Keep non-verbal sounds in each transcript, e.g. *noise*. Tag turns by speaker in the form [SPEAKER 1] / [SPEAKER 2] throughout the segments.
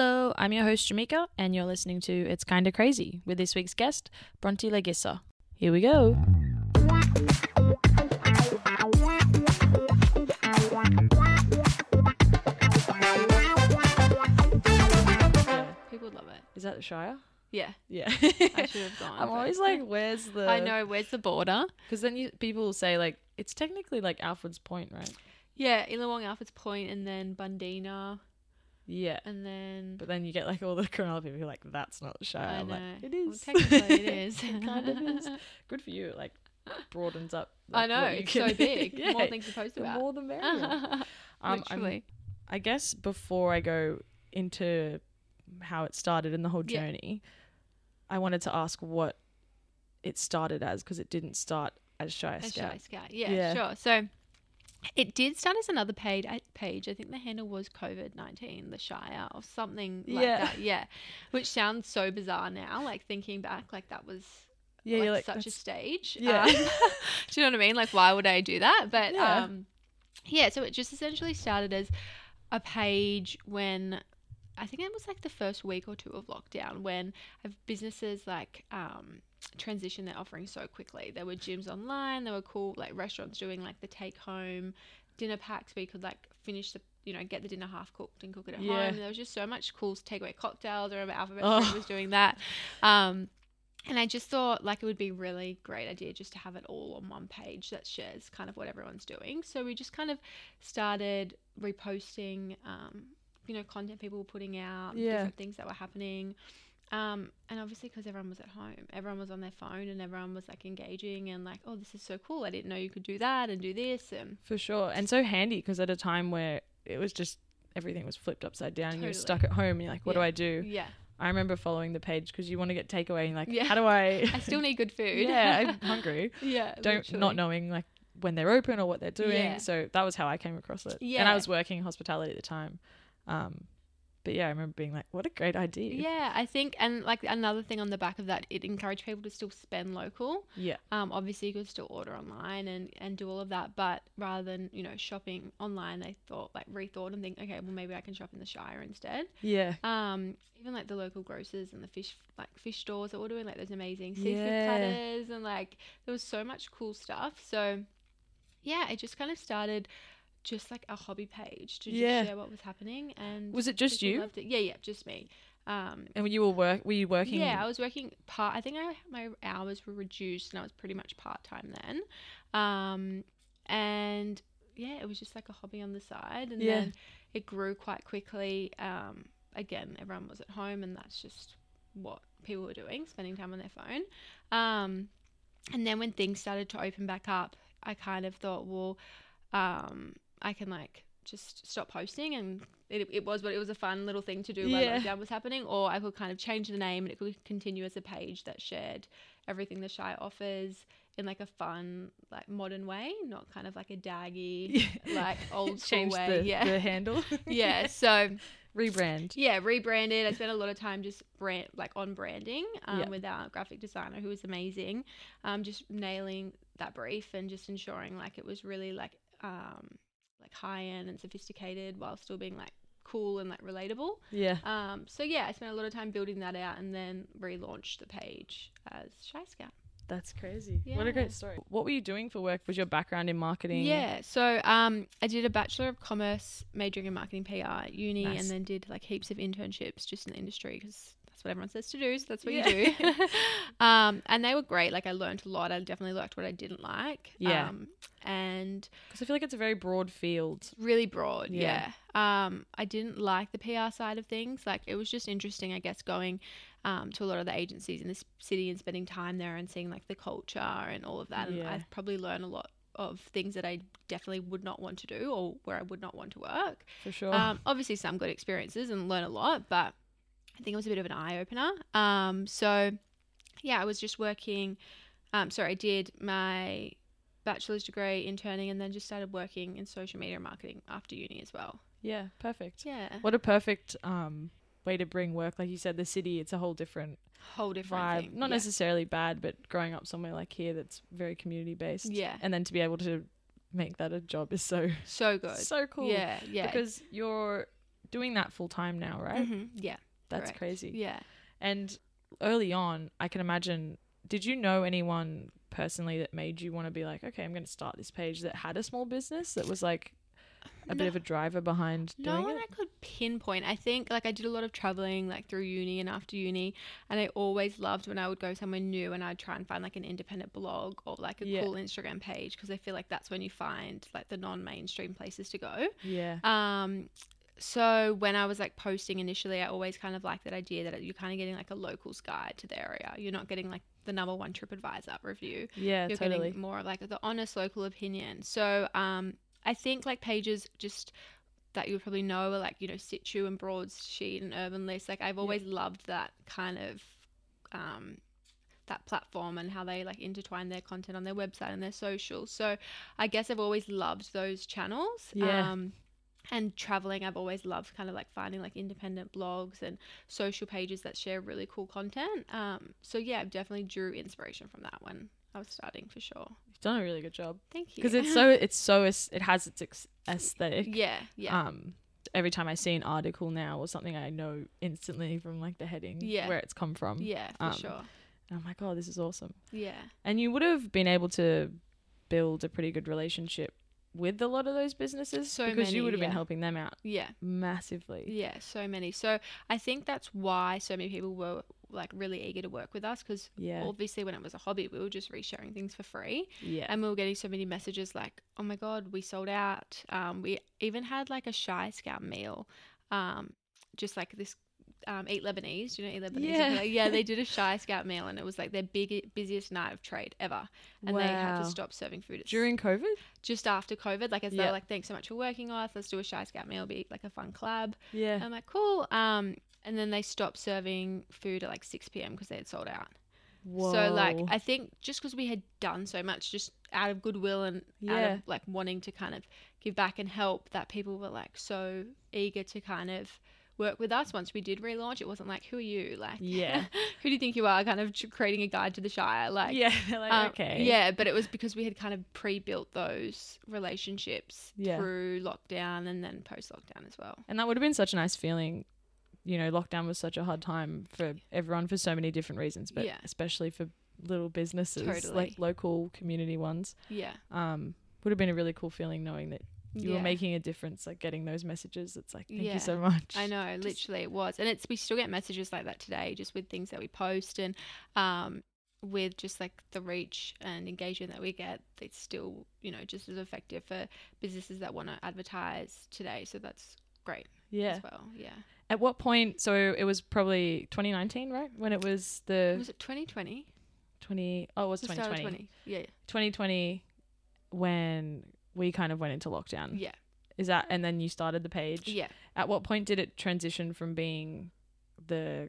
[SPEAKER 1] I'm your host, Jamika, and you're listening to It's Kinda Crazy with this week's guest, Bronte Legissa. Here we go.
[SPEAKER 2] People would love it.
[SPEAKER 1] Is that the Shire? *laughs*
[SPEAKER 2] Yeah.
[SPEAKER 1] Yeah.
[SPEAKER 2] *laughs* I should have gone.
[SPEAKER 1] I'm
[SPEAKER 2] but-
[SPEAKER 1] always like, where's the.
[SPEAKER 2] *laughs* I know. Where's the border?
[SPEAKER 1] Because then you, people say, like, it's technically like Alfred's Point, right?
[SPEAKER 2] Yeah, Illawong, Alfred's Point, and then Bundina,
[SPEAKER 1] Yeah.
[SPEAKER 2] and then
[SPEAKER 1] But then you get like all the Cronulla people who are like, that's not the Shire.
[SPEAKER 2] I
[SPEAKER 1] I'm
[SPEAKER 2] know.
[SPEAKER 1] like, it
[SPEAKER 2] Well,
[SPEAKER 1] is.
[SPEAKER 2] technically,
[SPEAKER 1] *laughs*
[SPEAKER 2] it is.
[SPEAKER 1] it kind of
[SPEAKER 2] *laughs*
[SPEAKER 1] is. Good for you. It
[SPEAKER 2] *gasps*
[SPEAKER 1] like broadens up.
[SPEAKER 2] I
[SPEAKER 1] like,
[SPEAKER 2] know.
[SPEAKER 1] what you
[SPEAKER 2] It's
[SPEAKER 1] can- *laughs*
[SPEAKER 2] so big.
[SPEAKER 1] yeah.
[SPEAKER 2] More things to post
[SPEAKER 1] The
[SPEAKER 2] *laughs* about. Uh-huh,
[SPEAKER 1] more the merrier. Um, I'm-
[SPEAKER 2] Literally.
[SPEAKER 1] I guess before I go into how it started and the whole
[SPEAKER 2] Yeah.
[SPEAKER 1] journey, I wanted to ask what it started as because it didn't start as Shire
[SPEAKER 2] A
[SPEAKER 1] Scout.
[SPEAKER 2] Shy Scout. Yeah,
[SPEAKER 1] Yeah.
[SPEAKER 2] sure. So it did start as another paid ad- page. I think the handle was COVID nineteen, the Shire or something like
[SPEAKER 1] Yeah.
[SPEAKER 2] that. Yeah, which sounds so bizarre now. Like thinking back, like that was
[SPEAKER 1] Yeah,
[SPEAKER 2] like,
[SPEAKER 1] you're like,
[SPEAKER 2] such a
[SPEAKER 1] that's-
[SPEAKER 2] stage.
[SPEAKER 1] *laughs* Yeah.
[SPEAKER 2] Um, do you know what I mean? Like, why would I do that? But
[SPEAKER 1] Yeah.
[SPEAKER 2] um, yeah. So it just essentially started as a page when I think it was like the first week or two of lockdown when of businesses like um, transitioned their offering so quickly. There were gyms online. There were cool like restaurants doing like the take home dinner packs where you could like finish the you know get the dinner half cooked and cook it at
[SPEAKER 1] Yeah.
[SPEAKER 2] home. There was just so much cool takeaway cocktails. I remember Alphabet
[SPEAKER 1] Oh.
[SPEAKER 2] Street was doing that. Um, and I just thought like it would be a really great idea just to have it all on one page that shares kind of what everyone's doing. So we just kind of started reposting, um, you know, content people were putting out,
[SPEAKER 1] Yeah.
[SPEAKER 2] different things that were happening. Um, and obviously because everyone was at home, everyone was on their phone and everyone was like engaging and like, oh, this is so cool. I didn't know you could do that and do this. And
[SPEAKER 1] for sure, and so handy because at a time where it was just everything was flipped upside down, and you were stuck at home, and you're like, what do
[SPEAKER 2] Yeah.
[SPEAKER 1] I do?
[SPEAKER 2] yeah,
[SPEAKER 1] I remember following the page because you want to get takeaway, and you're like,
[SPEAKER 2] Yeah.
[SPEAKER 1] how do
[SPEAKER 2] *laughs*
[SPEAKER 1] I?
[SPEAKER 2] I still need good
[SPEAKER 1] *laughs*
[SPEAKER 2] food.
[SPEAKER 1] yeah,
[SPEAKER 2] *laughs*
[SPEAKER 1] I'm hungry.
[SPEAKER 2] yeah.
[SPEAKER 1] Don't
[SPEAKER 2] literally.
[SPEAKER 1] not knowing like when they're open or what they're doing.
[SPEAKER 2] Yeah.
[SPEAKER 1] So that was how I came across it. And
[SPEAKER 2] Yeah.
[SPEAKER 1] I was working in hospitality at the time. Um, but yeah, I remember being like, what a great idea.
[SPEAKER 2] Yeah, I think, and like another thing on the back of that, it encouraged people to still spend local.
[SPEAKER 1] Yeah.
[SPEAKER 2] Um, obviously, you could still order online and and do all of that, but rather than you know shopping online, they thought like rethought and think, okay, well maybe I can shop in the Shire instead.
[SPEAKER 1] Yeah.
[SPEAKER 2] Um, even like the local grocers and the fish like fish stores, they were doing like those amazing seafood
[SPEAKER 1] Yeah.
[SPEAKER 2] platters and like there was so much cool stuff. So yeah, it just kind of started just like a hobby page to just
[SPEAKER 1] Yeah.
[SPEAKER 2] share what was happening and
[SPEAKER 1] Was it just
[SPEAKER 2] people
[SPEAKER 1] you?
[SPEAKER 2] loved it. Yeah, yeah, just me. Um,
[SPEAKER 1] And you were work were you working?
[SPEAKER 2] yeah,
[SPEAKER 1] *laughs*
[SPEAKER 2] I was working part. I think I my hours were reduced, and I was pretty much part time then. Um, and yeah, it was just like a hobby on the side, and
[SPEAKER 1] Yeah.
[SPEAKER 2] then it grew quite quickly. Um, again, everyone was at home, and that's just what people were doing, spending time on their phone. Um, and then when things started to open back up, I kind of thought, well, um, I can like just stop posting and it, it was but it was a fun little thing to do while
[SPEAKER 1] Yeah.
[SPEAKER 2] lockdown was happening or I could kind of change the name and it could continue as a page that shared everything the Shire offers in like a fun like modern way not kind of like a daggy *laughs*
[SPEAKER 1] *laughs*
[SPEAKER 2] like old school
[SPEAKER 1] Changed
[SPEAKER 2] way
[SPEAKER 1] the,
[SPEAKER 2] yeah
[SPEAKER 1] the handle.
[SPEAKER 2] *laughs*
[SPEAKER 1] *laughs*
[SPEAKER 2] yeah so *laughs*
[SPEAKER 1] Rebrand.
[SPEAKER 2] yeah, rebranded. I spent a lot of time just brand like on branding um,
[SPEAKER 1] Yeah.
[SPEAKER 2] with our graphic designer, who was amazing. Um, just nailing that brief and just ensuring like it was really like um, like high end and sophisticated while still being like cool and like relatable.
[SPEAKER 1] Yeah.
[SPEAKER 2] Um, so yeah, I spent a lot of time building that out and then relaunched the page as Shy Scout.
[SPEAKER 1] That's crazy. What a
[SPEAKER 2] Yeah.
[SPEAKER 1] great story. What were you doing for work? Was your background in marketing?
[SPEAKER 2] Yeah, so um, I did a Bachelor of Commerce, majoring in marketing PR at uni,
[SPEAKER 1] Nice.
[SPEAKER 2] and then did like heaps of internships just in the industry because that's what everyone says to do, so that's what you
[SPEAKER 1] Yeah. *laughs*
[SPEAKER 2] do. um, and they were great. Like I learned a lot. I definitely liked what I didn't like.
[SPEAKER 1] Yeah.
[SPEAKER 2] Um, and
[SPEAKER 1] Because I feel like it's a very broad field.
[SPEAKER 2] really broad.
[SPEAKER 1] Yeah.
[SPEAKER 2] Yeah. Um, I didn't like the PR side of things. Like it was just interesting, I guess, going um, to a lot of the agencies in this city and spending time there and seeing like the culture and all of that. And
[SPEAKER 1] Yeah.
[SPEAKER 2] I've probably learned a lot of things that I definitely would not want to do or where I would not want to work.
[SPEAKER 1] For sure.
[SPEAKER 2] Um, obviously, some good experiences and learn a lot, but I think it was a bit of an eye opener. Um, so, yeah, I was just working. Um, sorry, I did my bachelor's degree interning and then just started working in social media marketing after uni as well.
[SPEAKER 1] yeah. Perfect.
[SPEAKER 2] Yeah,
[SPEAKER 1] What a perfect um way to bring work. Like you said, the city, it's a whole different
[SPEAKER 2] whole different
[SPEAKER 1] vibe.
[SPEAKER 2] thing.
[SPEAKER 1] Not
[SPEAKER 2] yeah.
[SPEAKER 1] necessarily bad, but growing up somewhere like here that's very community based.
[SPEAKER 2] Yeah.
[SPEAKER 1] And then to be able to make that a job is so
[SPEAKER 2] so good.
[SPEAKER 1] so cool.
[SPEAKER 2] Yeah, yeah,
[SPEAKER 1] Because you're doing that full time now, right?
[SPEAKER 2] Mhm, yeah.
[SPEAKER 1] That's
[SPEAKER 2] Correct.
[SPEAKER 1] crazy.
[SPEAKER 2] Yeah.
[SPEAKER 1] And early on, I can imagine. Did you know anyone personally that made you want to be like, okay, I'm going to start this page that had a small business that was like a bit
[SPEAKER 2] No-
[SPEAKER 1] of a driver behind
[SPEAKER 2] No
[SPEAKER 1] doing
[SPEAKER 2] one
[SPEAKER 1] it?
[SPEAKER 2] I could pinpoint. I think like I did a lot of traveling like through uni and after uni, and I always loved when I would go somewhere new and I'd try and find like an independent blog or like a
[SPEAKER 1] Yeah.
[SPEAKER 2] cool Instagram page because I feel like that's when you find like the non-mainstream places to go.
[SPEAKER 1] Yeah.
[SPEAKER 2] Um, so when I was like posting initially, I always kind of liked that idea that you're kind of getting like a locals guide to the area. You're not getting like the number one TripAdvisor review
[SPEAKER 1] Yeah,
[SPEAKER 2] you're
[SPEAKER 1] totally.
[SPEAKER 2] getting more of like the honest local opinion. So um, I think like pages just that you probably know are like you know Situ and Broadsheet and Urban List. Like I've always loved that kind of um, that platform and how they like intertwine their content on their website and their social. So I guess I've always loved those channels.
[SPEAKER 1] Yeah.
[SPEAKER 2] Um, and traveling, I've always loved kind of like finding like independent blogs and social pages that share really cool content. Um, so yeah, I definitely drew inspiration from that one. I was starting for sure.
[SPEAKER 1] You've done a really good job.
[SPEAKER 2] Thank you.
[SPEAKER 1] Because
[SPEAKER 2] *laughs*
[SPEAKER 1] it's so, it's so, es- it has its ex- aesthetic.
[SPEAKER 2] yeah, yeah,
[SPEAKER 1] Um, every time I see an article now or something, I know instantly from like the heading
[SPEAKER 2] Yeah.
[SPEAKER 1] where it's come from.
[SPEAKER 2] yeah, for
[SPEAKER 1] um,
[SPEAKER 2] sure.
[SPEAKER 1] And I'm like, oh, this is awesome.
[SPEAKER 2] Yeah,
[SPEAKER 1] And you would have been able to build a pretty good relationship with a lot of those businesses
[SPEAKER 2] So
[SPEAKER 1] because
[SPEAKER 2] many,
[SPEAKER 1] you would have
[SPEAKER 2] yeah.
[SPEAKER 1] been helping them out
[SPEAKER 2] yeah,
[SPEAKER 1] massively.
[SPEAKER 2] yeah. So many. So I think that's why so many people were like really eager to work with us because
[SPEAKER 1] Yeah.
[SPEAKER 2] obviously when it was a hobby, we were just resharing things for free.
[SPEAKER 1] Yeah.
[SPEAKER 2] and we were getting so many messages like oh my god we sold out um, we even had like a shy scout meal um, just like this um, eat lebanese do you know eat lebanese
[SPEAKER 1] Yeah.
[SPEAKER 2] Like, yeah they
[SPEAKER 1] *laughs*
[SPEAKER 2] did a shy scout meal and it was like their big busiest night of trade ever and they had to
[SPEAKER 1] Wow.
[SPEAKER 2] stop serving food at s-
[SPEAKER 1] During COVID?
[SPEAKER 2] just after covid like as they
[SPEAKER 1] Yeah.
[SPEAKER 2] were like thanks so much for working with us let's do a shy scout meal be like a fun collab
[SPEAKER 1] Yeah.
[SPEAKER 2] i'm like cool um, and then they stopped serving food at like 6 p.m because they had sold out so like
[SPEAKER 1] Whoa.
[SPEAKER 2] I think just because we had done so much just out of goodwill and out
[SPEAKER 1] Yeah.
[SPEAKER 2] of like wanting to kind of give back and help that people were like so eager to kind of work with us once we did relaunch it wasn't like who are you like
[SPEAKER 1] Yeah.
[SPEAKER 2] *laughs* who do you think you are kind of tr- creating a guide to the shire like
[SPEAKER 1] yeah. *laughs* they're like,
[SPEAKER 2] um,
[SPEAKER 1] okay.
[SPEAKER 2] yeah but it was because we had kind of pre-built those relationships
[SPEAKER 1] Yeah.
[SPEAKER 2] through lockdown and then post lockdown as well
[SPEAKER 1] And that would have been such a nice feeling. You know, lockdown was such a hard time for everyone for so many different reasons, but
[SPEAKER 2] Yeah.
[SPEAKER 1] especially for little businesses,
[SPEAKER 2] Totally.
[SPEAKER 1] like local community ones.
[SPEAKER 2] yeah
[SPEAKER 1] Um, would have been a really cool feeling knowing that you
[SPEAKER 2] yeah.
[SPEAKER 1] were making a difference, like getting those messages. It's like, thank
[SPEAKER 2] Yeah.
[SPEAKER 1] you so much.
[SPEAKER 2] I know, literally, it was, and it's we still get messages like that today, just with things that we post and um, with just like the reach and engagement that we get. It's still, you know, just as effective for businesses that want to advertise today. So that's great
[SPEAKER 1] Yeah.
[SPEAKER 2] as well. Yeah,
[SPEAKER 1] At what point? So it was probably 2019, right? When it was the
[SPEAKER 2] was it 2020?
[SPEAKER 1] 20. Oh, it was
[SPEAKER 2] The start of
[SPEAKER 1] 2020.
[SPEAKER 2] 20. Yeah,
[SPEAKER 1] 2020 when we kind of went into lockdown.
[SPEAKER 2] yeah,
[SPEAKER 1] Is that and then you started the page?
[SPEAKER 2] yeah.
[SPEAKER 1] At what point did it transition from being the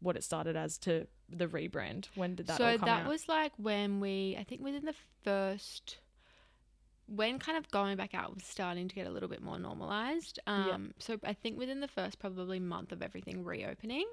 [SPEAKER 1] what it started as to the rebrand? When did that
[SPEAKER 2] so
[SPEAKER 1] all come
[SPEAKER 2] that
[SPEAKER 1] out?
[SPEAKER 2] was like when we i think within the first when kind of going back out was starting to get a little bit more normalized um
[SPEAKER 1] Yeah.
[SPEAKER 2] so i think within the first probably month of everything reopening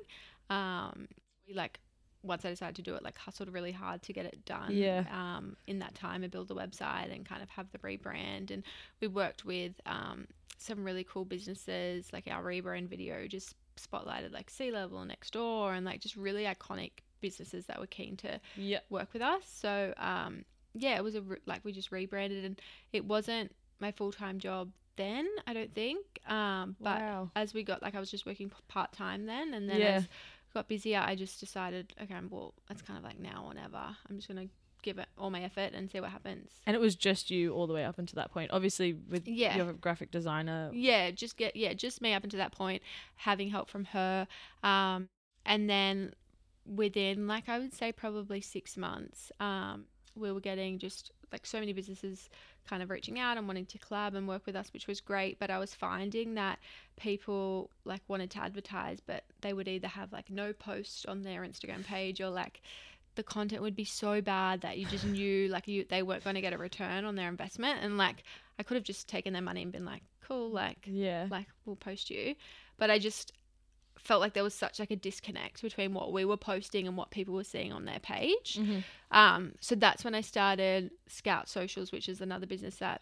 [SPEAKER 2] um we like once i decided to do it like hustled really hard to get it done
[SPEAKER 1] Yeah.
[SPEAKER 2] um in that time and build the website and kind of have the rebrand and we worked with um some really cool businesses like our rebrand video just spotlighted like sea level and next door and like just really iconic businesses that were keen to
[SPEAKER 1] yeah.
[SPEAKER 2] work with us. So um, yeah, it was a re- like we just rebranded, and it wasn't my full time job then. I don't think. Um, but
[SPEAKER 1] wow.
[SPEAKER 2] as we got like, I was just working part time then, and then
[SPEAKER 1] Yeah.
[SPEAKER 2] as I got busier, I just decided, okay, well, it's kind of like now or never. I'm just gonna give it all my effort and see what happens.
[SPEAKER 1] And it was just you all the way up until that point. Obviously, with
[SPEAKER 2] Yeah.
[SPEAKER 1] your graphic designer.
[SPEAKER 2] yeah just get yeah just me up until that point having help from her um and then within like i would say probably six months um we were getting just like so many businesses kind of reaching out and wanting to collab and work with us which was great but i was finding that people like wanted to advertise but they would either have like no post on their instagram page or like the content would be so bad that you just knew like you they weren't going to get a return on their investment and like I could have just taken their money and been like, cool, like,
[SPEAKER 1] Yeah.
[SPEAKER 2] like we'll post you. But I just felt like there was such like a disconnect between what we were posting and what people were seeing on their page.
[SPEAKER 1] Mhm.
[SPEAKER 2] Um, so that's when I started Scout Socials, which is another business that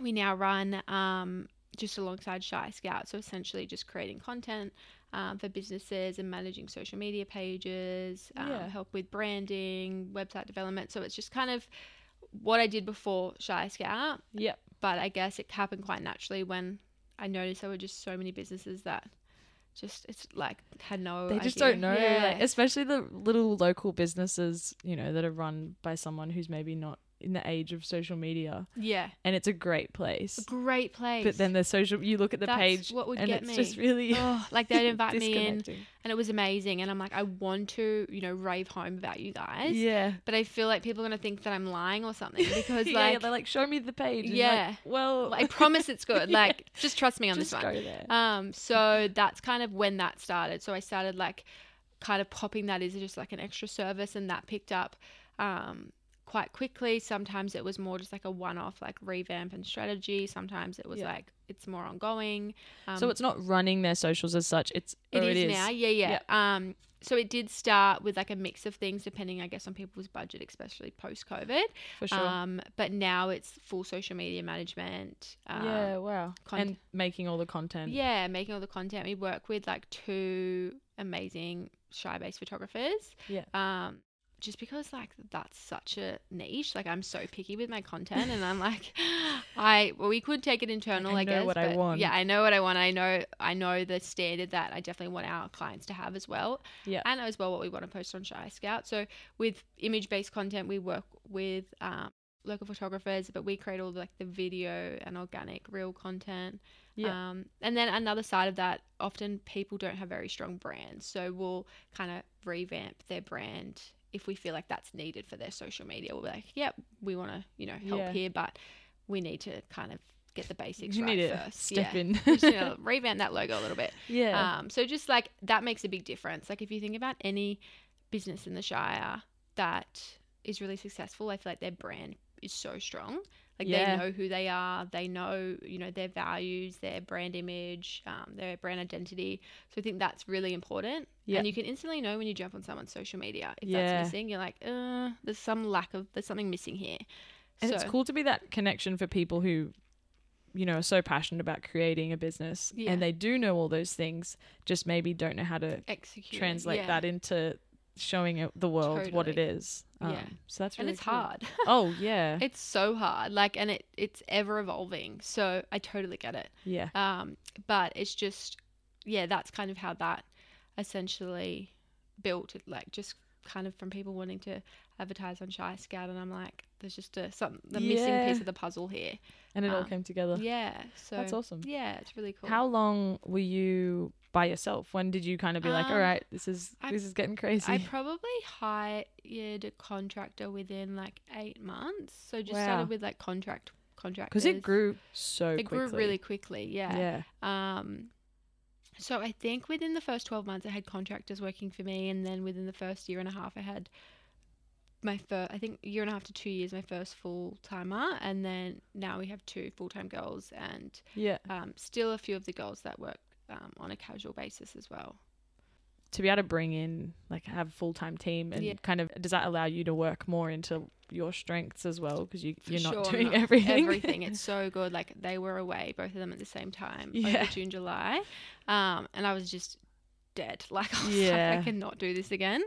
[SPEAKER 2] we now run um, just alongside Shy Scout. So essentially just creating content um, for businesses and managing social media pages, um,
[SPEAKER 1] Yeah.
[SPEAKER 2] help with branding, website development. So it's just kind of what I did before Shy Scout,
[SPEAKER 1] Yep.
[SPEAKER 2] but I guess it happened quite naturally when I noticed there were just so many businesses that just it's like had no.
[SPEAKER 1] They just
[SPEAKER 2] idea.
[SPEAKER 1] don't know,
[SPEAKER 2] Yeah.
[SPEAKER 1] like, especially the little local businesses, you know, that are run by someone who's maybe not in the age of social media,
[SPEAKER 2] yeah,
[SPEAKER 1] and it's a great place.
[SPEAKER 2] great place.
[SPEAKER 1] But then the social, you look at the
[SPEAKER 2] That's
[SPEAKER 1] page,
[SPEAKER 2] what would
[SPEAKER 1] and
[SPEAKER 2] get
[SPEAKER 1] it's just
[SPEAKER 2] me.
[SPEAKER 1] really
[SPEAKER 2] oh, *sighs* like
[SPEAKER 1] *laughs*
[SPEAKER 2] they'd invite me in,
[SPEAKER 1] disconnecting.
[SPEAKER 2] and it was amazing. And I'm like, I want to, you know, rave home about you guys.
[SPEAKER 1] Yeah.
[SPEAKER 2] But I feel like people are gonna think that I'm lying
[SPEAKER 1] *laughs*
[SPEAKER 2] or something because,
[SPEAKER 1] yeah, yeah,
[SPEAKER 2] like,
[SPEAKER 1] they're like, show me the page. and you're
[SPEAKER 2] Yeah.
[SPEAKER 1] like, well,
[SPEAKER 2] I promise it's good.
[SPEAKER 1] Yeah.
[SPEAKER 2] Like, just trust me on
[SPEAKER 1] *laughs* just
[SPEAKER 2] this one.
[SPEAKER 1] go there.
[SPEAKER 2] Um, so that's kind of when that started. So I started like kind of popping that as just like an extra service, and that picked up um, quite quickly. Sometimes it was more just like a one-off, like revamp and strategy. Sometimes it was
[SPEAKER 1] Yeah.
[SPEAKER 2] like it's more ongoing. Um,
[SPEAKER 1] so it's not running their socials as such. It's oh,
[SPEAKER 2] it
[SPEAKER 1] or
[SPEAKER 2] is now, yeah, yeah. Um, so it did start with like a mix of things, depending, I guess, on people's budget, especially post-COVID.
[SPEAKER 1] for sure.
[SPEAKER 2] Um, but now it's full social media management. Um,
[SPEAKER 1] yeah, wow.
[SPEAKER 2] content.
[SPEAKER 1] and making all the content.
[SPEAKER 2] Yeah, making all the content. We work with like two amazing shy based photographers.
[SPEAKER 1] Yeah.
[SPEAKER 2] Um, just because like that's such a niche. Like I'm so picky with my content, and
[SPEAKER 1] *laughs*
[SPEAKER 2] I'm like, I well, we could take it internal.
[SPEAKER 1] I
[SPEAKER 2] I,
[SPEAKER 1] know
[SPEAKER 2] guess.
[SPEAKER 1] what I
[SPEAKER 2] but
[SPEAKER 1] want.
[SPEAKER 2] Yeah, I know what I want. I know I know the standard that I definitely want our clients to have as well.
[SPEAKER 1] Yeah.
[SPEAKER 2] And as well what we want to post on Shy Scout. So with image based content, we work with um, local photographers, but we create all the, like the video and organic real content.
[SPEAKER 1] Yeah.
[SPEAKER 2] Um, and then another side of that, often people don't have very strong brands, so we'll kind of revamp their brand if we feel like that's needed for their social media. We'll be like, yep, we want to you know help
[SPEAKER 1] Yeah.
[SPEAKER 2] here, but we need to kind of get the basics
[SPEAKER 1] You
[SPEAKER 2] right
[SPEAKER 1] need to
[SPEAKER 2] *laughs* first.
[SPEAKER 1] step
[SPEAKER 2] yeah.
[SPEAKER 1] in.
[SPEAKER 2] We just need to revamp that logo a little bit.
[SPEAKER 1] *laughs* yeah.
[SPEAKER 2] Um, so just like that makes a big difference. Like if you think about any business in the Shire that is really successful, I feel like their brand is so strong. Like
[SPEAKER 1] Yeah.
[SPEAKER 2] they know who they are, they know you know their values, their brand image, um, their brand identity. So I think that's really important.
[SPEAKER 1] Yeah.
[SPEAKER 2] And you can instantly know when you jump on someone's social media if
[SPEAKER 1] Yeah.
[SPEAKER 2] that's missing. You're like, uh, there's some lack of, there's something missing here.
[SPEAKER 1] and
[SPEAKER 2] so
[SPEAKER 1] it's cool to be that connection for people who, you know, are so passionate about creating a business
[SPEAKER 2] Yeah.
[SPEAKER 1] and they do know all those things, just maybe don't know how to
[SPEAKER 2] execute
[SPEAKER 1] translate
[SPEAKER 2] yeah.
[SPEAKER 1] that into showing it, the world what it
[SPEAKER 2] Totally.
[SPEAKER 1] is. Um,
[SPEAKER 2] Yeah.
[SPEAKER 1] So that's
[SPEAKER 2] and
[SPEAKER 1] really
[SPEAKER 2] it's
[SPEAKER 1] cool.
[SPEAKER 2] hard.
[SPEAKER 1] Oh
[SPEAKER 2] *laughs*
[SPEAKER 1] yeah.
[SPEAKER 2] It's so hard, like, and it it's ever evolving. So I totally get it.
[SPEAKER 1] yeah.
[SPEAKER 2] Um, but it's just, yeah, that's kind of how that essentially built. It, like, just kind of from people wanting to advertise on Shy Scout, and I'm like, there's just a some the missing
[SPEAKER 1] Yeah.
[SPEAKER 2] piece of the puzzle here.
[SPEAKER 1] And it all
[SPEAKER 2] um,
[SPEAKER 1] came together.
[SPEAKER 2] Yeah, so
[SPEAKER 1] That's awesome.
[SPEAKER 2] yeah, it's really cool.
[SPEAKER 1] How long were you by yourself? When did you kind of be like, all
[SPEAKER 2] Um,
[SPEAKER 1] right, this is
[SPEAKER 2] I-
[SPEAKER 1] this is getting crazy? *laughs*
[SPEAKER 2] I probably hired a contractor within like eight months, so just
[SPEAKER 1] Wow.
[SPEAKER 2] started with like contract contractors
[SPEAKER 1] Because it grew so
[SPEAKER 2] It
[SPEAKER 1] quickly.
[SPEAKER 2] grew really quickly,
[SPEAKER 1] Yeah.
[SPEAKER 2] Um, so I think within the first 12 months, I had contractors working for me, and then within the first year and a half, I had my first, I think year and a half to two years, my first full timer, and then now we have two full time girls, and
[SPEAKER 1] Yeah.
[SPEAKER 2] um, still a few of the girls that work um, on a casual basis as well.
[SPEAKER 1] To be able to bring in, like, have a full time team and
[SPEAKER 2] Yeah.
[SPEAKER 1] kind of, does that allow you to work more into your strengths as well? Because you,
[SPEAKER 2] For
[SPEAKER 1] you're not
[SPEAKER 2] sure,
[SPEAKER 1] doing *laughs*
[SPEAKER 2] not
[SPEAKER 1] everything.
[SPEAKER 2] Everything, it's so good. Like they were away, both of them at the same time,
[SPEAKER 1] Yeah.
[SPEAKER 2] over June, July, um, and I was just dead. *laughs* Like I was like,
[SPEAKER 1] Yeah.
[SPEAKER 2] I cannot do this again.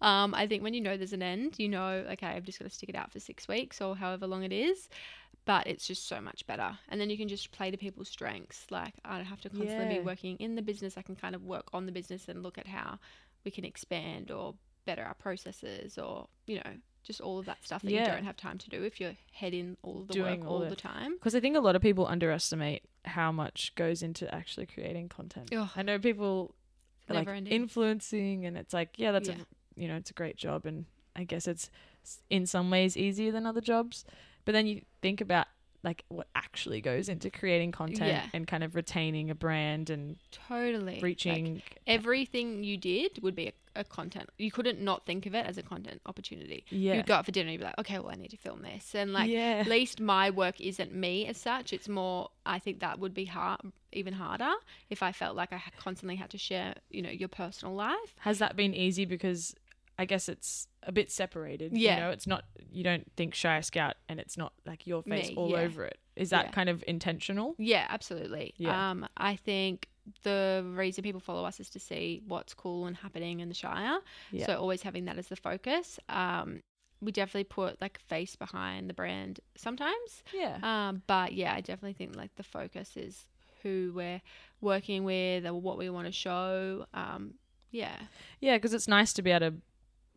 [SPEAKER 2] Um, I think when you know there's an end, you know, okay, I've just got to stick it out for six weeks or however long it is. But it's just so much better, and then you can just play to people's strengths. Like I don't have to constantly
[SPEAKER 1] Yeah.
[SPEAKER 2] be working in the business. I can kind of work on the business and look at how we can expand or better our processes, or you know, just all of that stuff that you
[SPEAKER 1] Yeah.
[SPEAKER 2] don't have time to do if you're head in all of the
[SPEAKER 1] Doing
[SPEAKER 2] work
[SPEAKER 1] all
[SPEAKER 2] all
[SPEAKER 1] the-
[SPEAKER 2] the, time.
[SPEAKER 1] Because I think a lot of people underestimate how much goes into actually creating content.
[SPEAKER 2] Ugh.
[SPEAKER 1] I know people are, like
[SPEAKER 2] Never ending.
[SPEAKER 1] influencing, and it's like, yeah, that's
[SPEAKER 2] Yeah.
[SPEAKER 1] a you know, it's a great job, and I guess it's s- in some ways easier than other jobs. But then you think about like what actually goes into creating content
[SPEAKER 2] Yeah.
[SPEAKER 1] and kind of retaining a brand and
[SPEAKER 2] Totally Like,
[SPEAKER 1] reaching.
[SPEAKER 2] everything you did would be a, a content. You couldn't not think of it as a content opportunity.
[SPEAKER 1] yeah,
[SPEAKER 2] You'd go out for dinner, and you'd be like, okay, well, I need to film this, and like.
[SPEAKER 1] yeah,
[SPEAKER 2] At least my work isn't me as such. It's more. I think that would be hard, even harder, if I felt like I ha- constantly had to share, you know, your personal life.
[SPEAKER 1] has that been easy because I guess it's a bit separated.
[SPEAKER 2] Yeah.
[SPEAKER 1] You know, it's not you don't think Shire Scout and it's not like your face
[SPEAKER 2] Me,
[SPEAKER 1] all
[SPEAKER 2] yeah.
[SPEAKER 1] over it. Is that
[SPEAKER 2] Yeah.
[SPEAKER 1] kind of intentional?
[SPEAKER 2] Yeah, absolutely.
[SPEAKER 1] Yeah.
[SPEAKER 2] Um, I think the reason people follow us is to see what's cool and happening in the Shire.
[SPEAKER 1] Yeah.
[SPEAKER 2] So always having that as the focus. Um, we definitely put like face behind the brand sometimes.
[SPEAKER 1] yeah.
[SPEAKER 2] Um, but yeah, I definitely think like the focus is who we're working with or what we want to show. Um, yeah.
[SPEAKER 1] Yeah, because it's nice to be able to,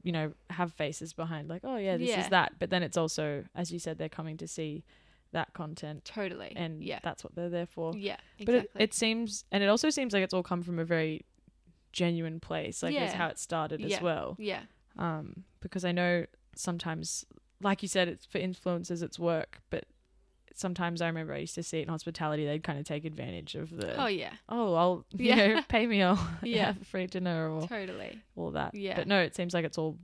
[SPEAKER 1] you know, have faces behind, like, oh, yeah, this
[SPEAKER 2] Yeah.
[SPEAKER 1] is that. But then it's also, as you said, they're coming to see that content
[SPEAKER 2] Totally.
[SPEAKER 1] and
[SPEAKER 2] yeah.
[SPEAKER 1] that's what they're there for.
[SPEAKER 2] Yeah.
[SPEAKER 1] But
[SPEAKER 2] Exactly.
[SPEAKER 1] it, it seems, and it also seems like it's all come from a very genuine place, like, that's
[SPEAKER 2] Yeah.
[SPEAKER 1] how it started
[SPEAKER 2] Yeah.
[SPEAKER 1] as well.
[SPEAKER 2] yeah.
[SPEAKER 1] *laughs* Um, because I know sometimes, like you said, it's for influencers, it's work, but sometimes I remember I used to see it in hospitality, they'd kind of take advantage of the,
[SPEAKER 2] Oh
[SPEAKER 1] oh, *laughs*
[SPEAKER 2] yeah.
[SPEAKER 1] I'll, you
[SPEAKER 2] Yeah.
[SPEAKER 1] know, pay me, I'll *laughs*
[SPEAKER 2] Yeah.
[SPEAKER 1] have free dinner or
[SPEAKER 2] Totally.
[SPEAKER 1] all that.
[SPEAKER 2] Yeah.
[SPEAKER 1] But no, it seems like it's all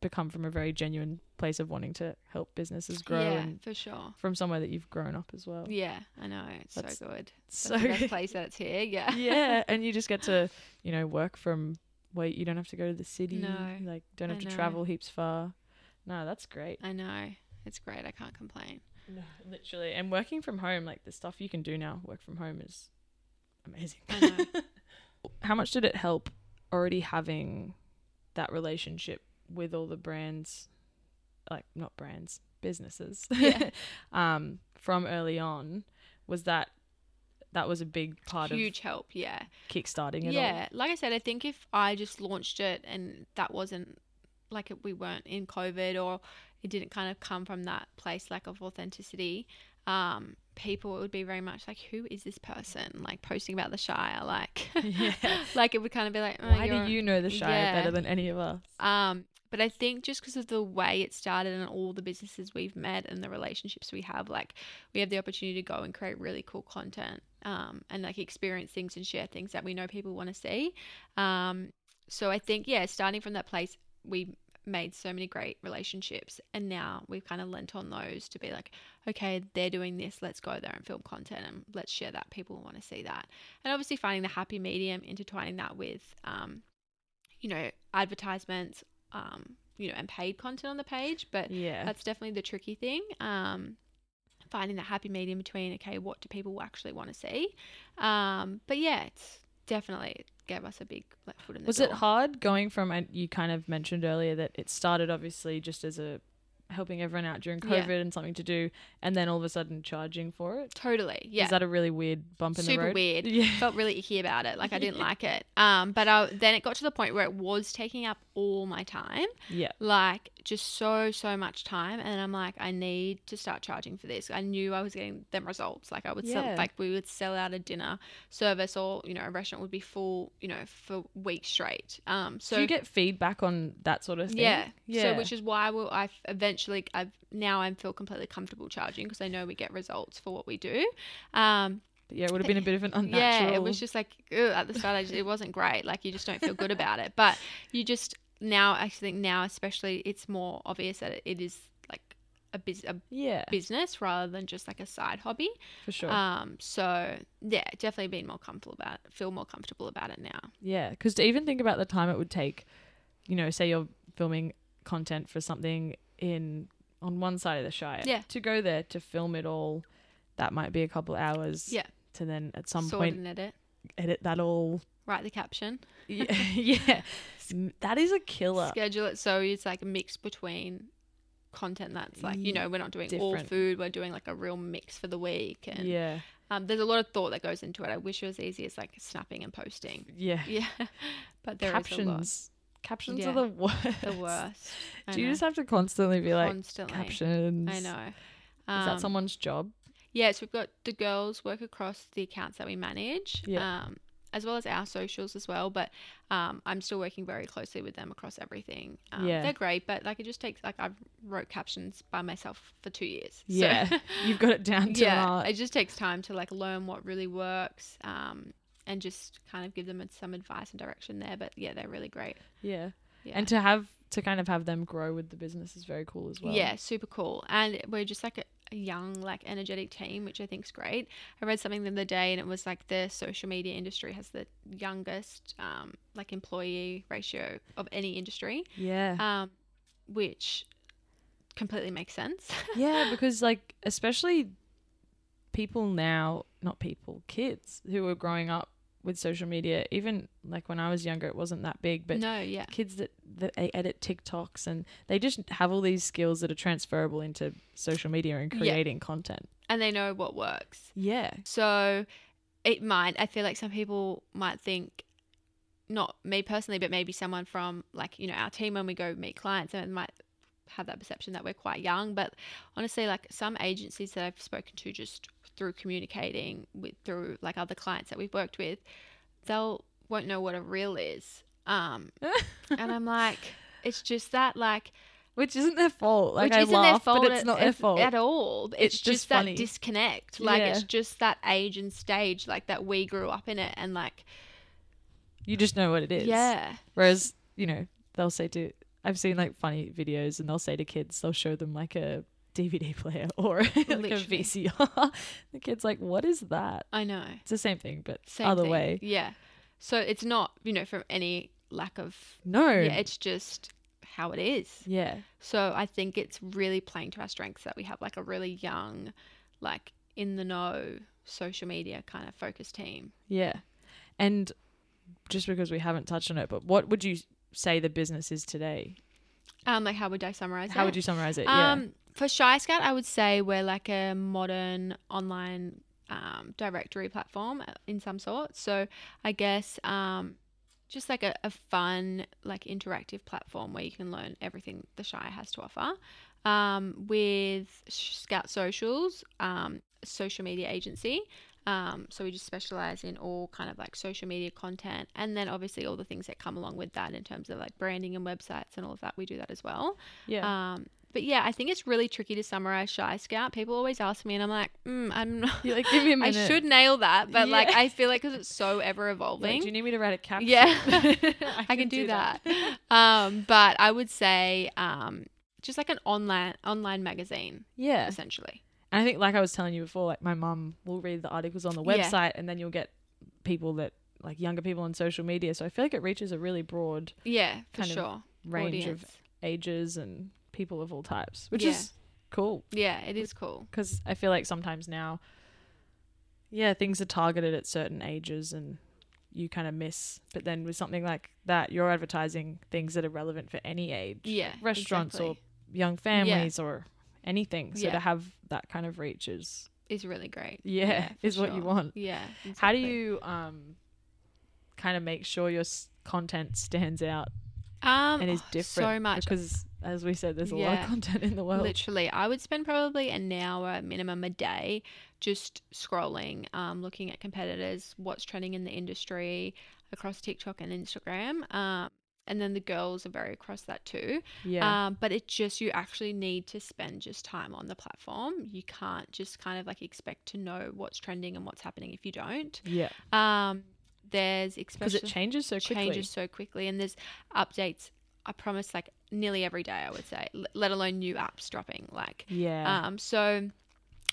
[SPEAKER 1] become from a very genuine place of wanting to help businesses grow
[SPEAKER 2] yeah,
[SPEAKER 1] and
[SPEAKER 2] for sure.
[SPEAKER 1] from somewhere that you've grown up as well.
[SPEAKER 2] Yeah, I know. It's
[SPEAKER 1] That's-
[SPEAKER 2] so good.
[SPEAKER 1] So
[SPEAKER 2] That's the best place that it's here.
[SPEAKER 1] *laughs*
[SPEAKER 2] Yeah.
[SPEAKER 1] yeah, and you just get to, you know, work from where you don't have to go to the city,
[SPEAKER 2] No,
[SPEAKER 1] like don't
[SPEAKER 2] I
[SPEAKER 1] have to
[SPEAKER 2] know.
[SPEAKER 1] travel heaps far. No, that's great.
[SPEAKER 2] I know. It's great. I can't complain.
[SPEAKER 1] No, literally. And working from home, like the stuff you can do now, work from home is amazing. *laughs*
[SPEAKER 2] I know.
[SPEAKER 1] How much did it help already having that relationship with all the brands, like not brands, businesses,
[SPEAKER 2] Yeah.
[SPEAKER 1] *laughs* um, from early on? Was that that was a big part
[SPEAKER 2] Huge help. Yeah.
[SPEAKER 1] of kickstarting it all?
[SPEAKER 2] Yeah. Like I said, I think if I just launched it and that wasn't like it, we weren't in COVID or it didn't kind of come from that place like of authenticity, um, people it would be very much like, who is this person? Like posting about the Shire,
[SPEAKER 1] *laughs*
[SPEAKER 2] like, *laughs*
[SPEAKER 1] Yeah.
[SPEAKER 2] like it would kind of be like, oh,
[SPEAKER 1] Why
[SPEAKER 2] you're-
[SPEAKER 1] do you know the Shire
[SPEAKER 2] yeah.
[SPEAKER 1] better than any of us?
[SPEAKER 2] Um, but I think just because of the way it started and all the businesses we've met and the relationships we have, like we have the opportunity to go and create really cool content um, and like experience things and share things that we know people want to see. Um, so I think, yeah, starting from that place, we made so many great relationships and now we've kind of lent on those to be like okay they're doing this let's go there and film content and let's share that people want to see that and obviously finding the happy medium intertwining that with um, you know advertisements um, you know and paid content on the page but
[SPEAKER 1] Yeah.
[SPEAKER 2] that's definitely the tricky thing. Um, finding that happy medium between okay, what do people actually want to see? Um, but yeah, it's definitely gave us a big like, foot in the
[SPEAKER 1] Was
[SPEAKER 2] door.
[SPEAKER 1] it hard going from, and you kind of mentioned earlier that it started obviously just as a helping everyone out during
[SPEAKER 2] Yeah.
[SPEAKER 1] COVID and something to do, and then all of a sudden charging for it?
[SPEAKER 2] Totally, yeah.
[SPEAKER 1] Is that a really weird bump in the
[SPEAKER 2] Super
[SPEAKER 1] road? *laughs*
[SPEAKER 2] weird.
[SPEAKER 1] Yeah.
[SPEAKER 2] felt really icky about it. Like
[SPEAKER 1] *laughs*
[SPEAKER 2] I didn't
[SPEAKER 1] Yeah.
[SPEAKER 2] like it. Um, but I, then it got to the point where it was taking up all my time.
[SPEAKER 1] yeah.
[SPEAKER 2] like just so so much time and i'm like i need to start charging for this i knew i was getting them results like i would
[SPEAKER 1] Yeah.
[SPEAKER 2] sell like we would sell out a dinner service or you know a restaurant would be full you know for weeks straight um so
[SPEAKER 1] Do you get feedback on that sort of thing?
[SPEAKER 2] yeah
[SPEAKER 1] Yeah.
[SPEAKER 2] so which is why will i eventually i've now i feel completely comfortable charging because i know we get results for what we do um
[SPEAKER 1] But yeah, it would have been a
[SPEAKER 2] *laughs*
[SPEAKER 1] bit of an *laughs* unnatural.
[SPEAKER 2] yeah, it was just like ugh, at the start, I just, it wasn't great. Like you just don't feel good about it. But you just now, I think now especially, it's more obvious that it is like a, bus- a
[SPEAKER 1] yeah,
[SPEAKER 2] business rather than just like a side hobby.
[SPEAKER 1] for sure.
[SPEAKER 2] Um, so yeah, definitely being more comfortable about it. Feel more comfortable about it now.
[SPEAKER 1] yeah, because to even think about the time it would take, you know, say you're filming content for something in on one side of the Shire,
[SPEAKER 2] Yeah.
[SPEAKER 1] to go there to film it all, that might be a couple hours.
[SPEAKER 2] Yeah.
[SPEAKER 1] To then at some
[SPEAKER 2] Sort
[SPEAKER 1] point
[SPEAKER 2] and edit.
[SPEAKER 1] edit that all.
[SPEAKER 2] *laughs* Write the caption.
[SPEAKER 1] Yeah, yeah. *laughs* M- that is a killer.
[SPEAKER 2] Schedule it so it's like a mix between content that's like you know we're not doing all
[SPEAKER 1] Mm, Different.
[SPEAKER 2] food we're doing like a real mix for the week and
[SPEAKER 1] Yeah,
[SPEAKER 2] Um, there's a lot of thought that goes into it. I wish it was easy as like snapping and posting.
[SPEAKER 1] yeah.
[SPEAKER 2] Yeah, *laughs* but there is a lot.
[SPEAKER 1] Captions, captions
[SPEAKER 2] Yeah.
[SPEAKER 1] are the *laughs* worst.
[SPEAKER 2] The worst. I
[SPEAKER 1] Do you
[SPEAKER 2] know.
[SPEAKER 1] just have to constantly be like
[SPEAKER 2] constantly?
[SPEAKER 1] captions?
[SPEAKER 2] I know. Um,
[SPEAKER 1] Is that someone's job?
[SPEAKER 2] *gasps* Yes, we've got the girls work across the accounts that we manage,
[SPEAKER 1] Yeah.
[SPEAKER 2] um, as well as our socials as well. But um, I'm still working very closely with them across everything. Um,
[SPEAKER 1] Yeah.
[SPEAKER 2] they're great, but like it just takes like I wrote captions by myself for two years. So- *laughs*
[SPEAKER 1] Yeah, you've got it down *laughs* to
[SPEAKER 2] yeah,
[SPEAKER 1] an art.
[SPEAKER 2] it just takes time to like learn what really works, um, and just kind of give them some advice and direction there. But yeah, they're really great.
[SPEAKER 1] Yeah.
[SPEAKER 2] Yeah.
[SPEAKER 1] and to have to kind of have them grow with the business is very cool as well.
[SPEAKER 2] Yeah, super cool. And we're just like a, a young, like energetic team, which I think is great. I read something the other day and it was like the social media industry has the youngest um, like employee ratio of any
[SPEAKER 1] *laughs*
[SPEAKER 2] industry,
[SPEAKER 1] yeah,
[SPEAKER 2] um, which completely makes sense.
[SPEAKER 1] yeah. Because like, especially people now, not people, kids who are growing up with social media, even like when I was younger, it wasn't that big, but
[SPEAKER 2] *laughs* no, yeah.
[SPEAKER 1] kids that, that they edit TikToks and they just have all these skills that are transferable into social media and
[SPEAKER 2] Yeah.
[SPEAKER 1] creating content.
[SPEAKER 2] And they know what works.
[SPEAKER 1] Yeah.
[SPEAKER 2] So it might, I feel like some people might think, not me personally, but maybe someone from like, you know, our team when we go meet clients and might have that perception that we're quite young. But honestly, like some agencies that I've spoken to just through communicating with, through like other clients that we've worked with, they'll won't know what a reel is. Um, and I'm like, it's just that like
[SPEAKER 1] Which isn't their fault. Like
[SPEAKER 2] which
[SPEAKER 1] I
[SPEAKER 2] isn't
[SPEAKER 1] laugh,
[SPEAKER 2] their fault
[SPEAKER 1] but it's
[SPEAKER 2] at-
[SPEAKER 1] not their
[SPEAKER 2] at-
[SPEAKER 1] fault.
[SPEAKER 2] at all.
[SPEAKER 1] It's
[SPEAKER 2] It's, just,
[SPEAKER 1] just
[SPEAKER 2] that
[SPEAKER 1] funny.
[SPEAKER 2] disconnect. Like it's
[SPEAKER 1] Yeah.
[SPEAKER 2] just that age and stage, like that we grew up in it, and like
[SPEAKER 1] You just know what it is.
[SPEAKER 2] yeah,
[SPEAKER 1] Whereas, you know, they'll say to I've seen like funny videos and they'll say to kids, they'll show them like a DVD *laughs* player or like a
[SPEAKER 2] Literally.
[SPEAKER 1] VCR. the kid's like, What is that?
[SPEAKER 2] I know.
[SPEAKER 1] It's the same thing, but
[SPEAKER 2] Same
[SPEAKER 1] other
[SPEAKER 2] thing.
[SPEAKER 1] way.
[SPEAKER 2] yeah. So it's not you know from any lack of
[SPEAKER 1] No.
[SPEAKER 2] yeah, it's just how it is.
[SPEAKER 1] yeah.
[SPEAKER 2] So I think it's really playing to our strengths that we have like a really young, like in the know social media kind of focused team.
[SPEAKER 1] Yeah. And just because we haven't touched on it, but what would you say the business is today?
[SPEAKER 2] Um, like how would I summarize?
[SPEAKER 1] How
[SPEAKER 2] it?
[SPEAKER 1] would you summarize it? yeah.
[SPEAKER 2] Um, for Shy Scout, I would say we're like a modern online um, directory platform uh, in some sort. So I guess um, just like a, a fun, like interactive platform where you can learn everything the Shy has to offer. Um, with Sh- Scout Socials, um, social media agency. Um, so we just specialize in all kind of like social media content, and then obviously all the things that come along with that in terms of like branding and websites and all of that. We do that as well.
[SPEAKER 1] Yeah.
[SPEAKER 2] Um, but yeah, I think it's really tricky to summarize Shy Scout. People always ask me, and I'm like, mm, I'm not.
[SPEAKER 1] You're
[SPEAKER 2] *laughs*
[SPEAKER 1] like, "Give me a
[SPEAKER 2] I
[SPEAKER 1] minute."
[SPEAKER 2] should nail that, but like,
[SPEAKER 1] Yeah. *laughs*
[SPEAKER 2] I feel like because it's so ever
[SPEAKER 1] Like,
[SPEAKER 2] evolving.
[SPEAKER 1] do you need me to write a caption? *laughs*
[SPEAKER 2] yeah, I, can, do, that. um, but I would say um, just like an online online magazine,
[SPEAKER 1] yeah.
[SPEAKER 2] essentially.
[SPEAKER 1] And I think, like I was telling you before, like my mum will read the articles on the
[SPEAKER 2] Yeah.
[SPEAKER 1] website, and then you'll get people that like younger people on social media. So I feel like it reaches a really broad
[SPEAKER 2] Yeah, for
[SPEAKER 1] Kind of
[SPEAKER 2] sure.
[SPEAKER 1] range
[SPEAKER 2] Audience.
[SPEAKER 1] of ages and people of all types, which
[SPEAKER 2] Yeah.
[SPEAKER 1] is cool
[SPEAKER 2] yeah, it is cool.
[SPEAKER 1] because I feel like sometimes now, yeah, things are targeted at certain ages and you kind of miss. But then with something like that, you're advertising things that are relevant for any age,
[SPEAKER 2] Yeah,
[SPEAKER 1] restaurants
[SPEAKER 2] exactly.
[SPEAKER 1] or young families or anything. So
[SPEAKER 2] Yeah.
[SPEAKER 1] to have that kind of reach is
[SPEAKER 2] is really great.
[SPEAKER 1] yeah, *laughs*
[SPEAKER 2] for
[SPEAKER 1] is what you
[SPEAKER 2] sure.
[SPEAKER 1] want.
[SPEAKER 2] Yeah.
[SPEAKER 1] How do
[SPEAKER 2] exactly.
[SPEAKER 1] you um kind of make sure your s- content stands out
[SPEAKER 2] um
[SPEAKER 1] and is
[SPEAKER 2] oh,
[SPEAKER 1] different?
[SPEAKER 2] so much?
[SPEAKER 1] because as we said, there's a lot
[SPEAKER 2] Yeah.
[SPEAKER 1] of content in the world.
[SPEAKER 2] Literally, I would spend probably an hour minimum a day just scrolling, um, looking at competitors, what's trending in the industry across TikTok and Instagram. Um, and then the girls are very across that too.
[SPEAKER 1] Yeah,
[SPEAKER 2] Um, but it just, you actually need to spend just time on the platform. You can't just kind of like expect to know what's trending and what's happening if you don't.
[SPEAKER 1] yeah,
[SPEAKER 2] Um, there's
[SPEAKER 1] because
[SPEAKER 2] especially
[SPEAKER 1] it changes so quickly.
[SPEAKER 2] changes so quickly and there's updates i promise like nearly every day i would say l- let alone new apps dropping like
[SPEAKER 1] Yeah,
[SPEAKER 2] um so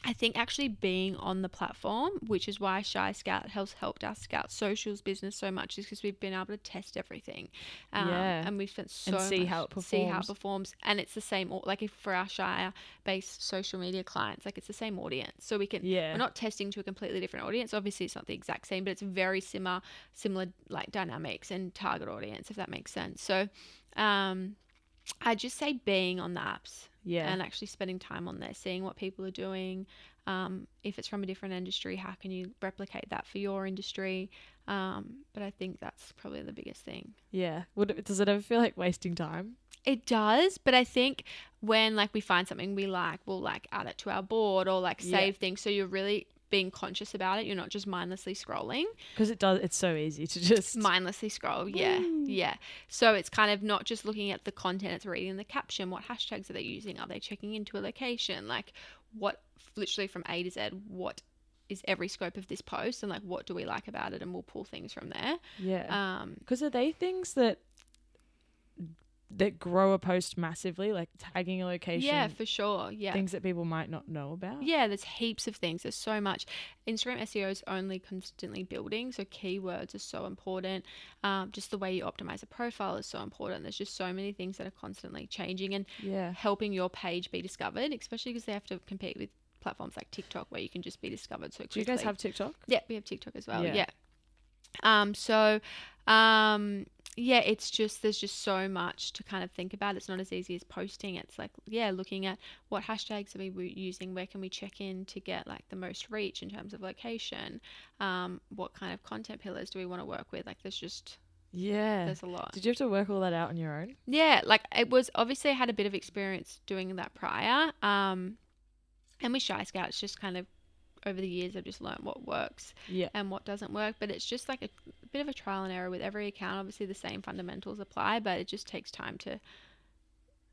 [SPEAKER 2] i think actually being on the platform which is why shy scout has helped our scout socials business so much is because we've been able to test everything um,
[SPEAKER 1] Yeah.
[SPEAKER 2] and we've spent so
[SPEAKER 1] And see
[SPEAKER 2] much-
[SPEAKER 1] how it
[SPEAKER 2] see how
[SPEAKER 1] performs.
[SPEAKER 2] it performs and it's the same au- like if for our shire based social media clients like it's the same audience so we can
[SPEAKER 1] yeah,
[SPEAKER 2] we're not testing to a completely different audience. Obviously, it's not the exact same, but it's very similar, similar like dynamics and target audience, if that makes sense. So, um, I just say being on the apps
[SPEAKER 1] yeah.
[SPEAKER 2] and actually spending time on there, seeing what people are doing. Um, if it's from a different industry, how can you replicate that for your industry? Um, but I think that's probably the biggest thing.
[SPEAKER 1] Yeah. Would it, does it ever feel like wasting time?
[SPEAKER 2] It does, but I think when like we find something we like, we'll like add it to our board or like
[SPEAKER 1] Yeah.
[SPEAKER 2] save things. So you're really being conscious about it. You're not just mindlessly scrolling.
[SPEAKER 1] Because it does. It's so easy to just.
[SPEAKER 2] Mindlessly scroll, yeah,
[SPEAKER 1] Woo.
[SPEAKER 2] yeah. So it's kind of not just looking at the content; it's reading the caption. What hashtags are they using? Are they checking into a location? Like what, literally from A to Z, what is every scope of this post, and like what do we like about it, and we'll pull things from there.
[SPEAKER 1] yeah.
[SPEAKER 2] Um,
[SPEAKER 1] Because are they things that that grow a post massively, like tagging a location?
[SPEAKER 2] yeah, for sure. Yeah,
[SPEAKER 1] Things that people might not know about.
[SPEAKER 2] Yeah, there's heaps of things. There's so much. Instagram SEO is only constantly building, so keywords are so important. Um, just the way you optimize a profile is so important. There's just so many things that are constantly changing and
[SPEAKER 1] Yeah.
[SPEAKER 2] helping your page be discovered, especially because they have to compete with platforms like TikTok where you can just be discovered so quickly.
[SPEAKER 1] Do you guys have TikTok?
[SPEAKER 2] Yeah, we have TikTok as well.
[SPEAKER 1] Yeah.
[SPEAKER 2] Yeah. Um, so, um, yeah, it's just there's just so much to kind of think about. It's not as easy as posting. It's like yeah, looking at what hashtags are we w- using, where can we check in to get like the most reach in terms of location, um, what kind of content pillars do we want to work with? Like there's just
[SPEAKER 1] Yeah.
[SPEAKER 2] there's a lot.
[SPEAKER 1] Did you have to work all that out on your own?
[SPEAKER 2] Yeah, like it was obviously I had a bit of experience doing that prior. Um, and with Shy Scouts, just kind of over the years, I've just learned what works
[SPEAKER 1] Yeah.
[SPEAKER 2] and what doesn't work. But it's just like a, bit of a trial and error with every account. Obviously, the same fundamentals apply, but it just takes time to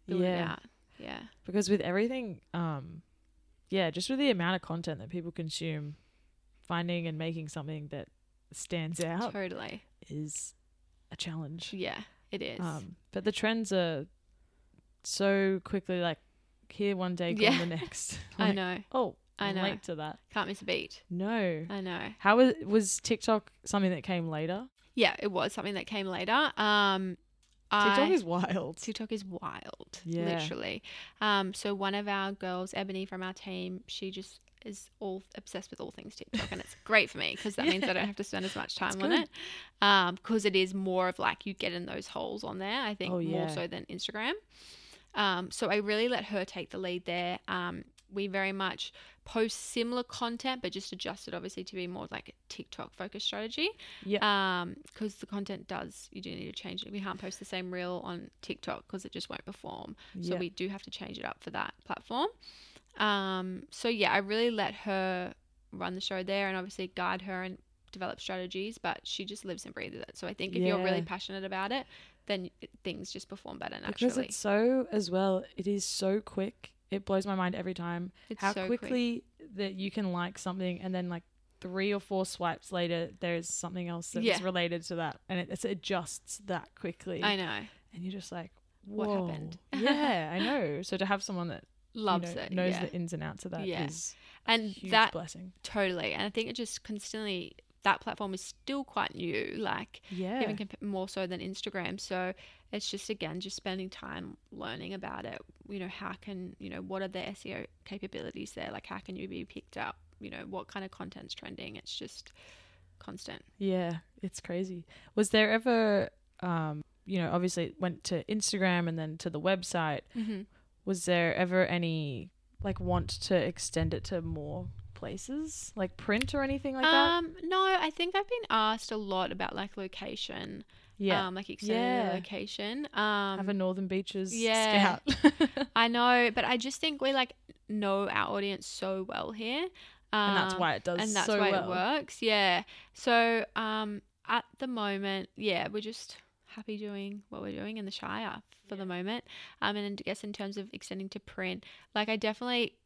[SPEAKER 2] build
[SPEAKER 1] yeah.
[SPEAKER 2] it out. Yeah.
[SPEAKER 1] because with everything um yeah just with the amount of content that people consume finding and making something that stands out
[SPEAKER 2] Totally.
[SPEAKER 1] is a challenge
[SPEAKER 2] Yeah, it is.
[SPEAKER 1] um but the trends are so quickly like here one day gone
[SPEAKER 2] Yeah. *laughs*
[SPEAKER 1] the next
[SPEAKER 2] I
[SPEAKER 1] Like,
[SPEAKER 2] know.
[SPEAKER 1] oh
[SPEAKER 2] I
[SPEAKER 1] i'm
[SPEAKER 2] know.
[SPEAKER 1] late to that
[SPEAKER 2] Can't miss a beat.
[SPEAKER 1] no
[SPEAKER 2] I know.
[SPEAKER 1] how was was tiktok something that came later
[SPEAKER 2] Yeah, it was something that came later. Um,
[SPEAKER 1] tiktok
[SPEAKER 2] I,
[SPEAKER 1] is wild
[SPEAKER 2] TikTok is wild,
[SPEAKER 1] Yeah.
[SPEAKER 2] literally. Um, so one of our girls, Ebony from our team, she just is all obsessed with all things TikTok, and it's great for me because that means I don't have to spend
[SPEAKER 1] *laughs*
[SPEAKER 2] as much time
[SPEAKER 1] It's
[SPEAKER 2] on
[SPEAKER 1] good.
[SPEAKER 2] it. Because it is more of like you get in those holes on there. I think
[SPEAKER 1] Oh,
[SPEAKER 2] more
[SPEAKER 1] yeah.
[SPEAKER 2] so than Instagram. Um, so I really let her take the lead there. Um, we very much post similar content, but just adjusted obviously to be more like a TikTok focused strategy.
[SPEAKER 1] yeah
[SPEAKER 2] Um, because the content does, you do need to change it. We can't post the same reel on TikTok because it just won't perform. So
[SPEAKER 1] yeah
[SPEAKER 2] we do have to change it up for that platform. Um, so yeah, I really let her run the show there and obviously guide her and develop strategies, but she just lives and breathes it. So I think if you're really
[SPEAKER 1] Yeah.
[SPEAKER 2] passionate about it, then things just perform better naturally.
[SPEAKER 1] because it's so as well it is so quick it blows my mind every time
[SPEAKER 2] It's
[SPEAKER 1] how
[SPEAKER 2] so quick.
[SPEAKER 1] quickly that you can like something and then like three or four swipes later there's something else that's
[SPEAKER 2] Yeah.
[SPEAKER 1] related to that and it, it's- it adjusts that quickly
[SPEAKER 2] I know.
[SPEAKER 1] and you're just like
[SPEAKER 2] What
[SPEAKER 1] "Whoa."
[SPEAKER 2] happened? *laughs*
[SPEAKER 1] yeah i know so to have someone that you
[SPEAKER 2] Loves
[SPEAKER 1] know,
[SPEAKER 2] it.
[SPEAKER 1] knows
[SPEAKER 2] yeah.
[SPEAKER 1] the ins and outs of that is
[SPEAKER 2] Yeah.
[SPEAKER 1] a
[SPEAKER 2] and
[SPEAKER 1] huge
[SPEAKER 2] that
[SPEAKER 1] blessing
[SPEAKER 2] totally. And I think it just constantly that platform is still quite new. Like
[SPEAKER 1] yeah
[SPEAKER 2] even comp- more so than Instagram. So it's just again just spending time learning about it. You know, how can you know what are the SEO capabilities there? Like how can you be picked up? You know, what kind of content's trending? It's just constant.
[SPEAKER 1] Yeah, it's crazy. Was there ever, um, you know, obviously it went to Instagram and then to the website.
[SPEAKER 2] Mhm.
[SPEAKER 1] Was there ever any like want to extend it to more places, like print or anything like that?
[SPEAKER 2] um, no, I think I've been asked a lot about like location.
[SPEAKER 1] Yeah,
[SPEAKER 2] Um, like extending
[SPEAKER 1] Yeah.
[SPEAKER 2] the location. Um,
[SPEAKER 1] have a Northern Beaches
[SPEAKER 2] yeah.
[SPEAKER 1] scout.
[SPEAKER 2] *laughs* I know, but I just think we like know our audience so well here, um,
[SPEAKER 1] and that's why it does
[SPEAKER 2] and that's
[SPEAKER 1] so
[SPEAKER 2] why
[SPEAKER 1] well.
[SPEAKER 2] it works. Yeah. So um, at the moment, yeah, we're just happy doing what we're doing in the Shire for the moment. Um, and I guess in terms of extending to print, like I definitely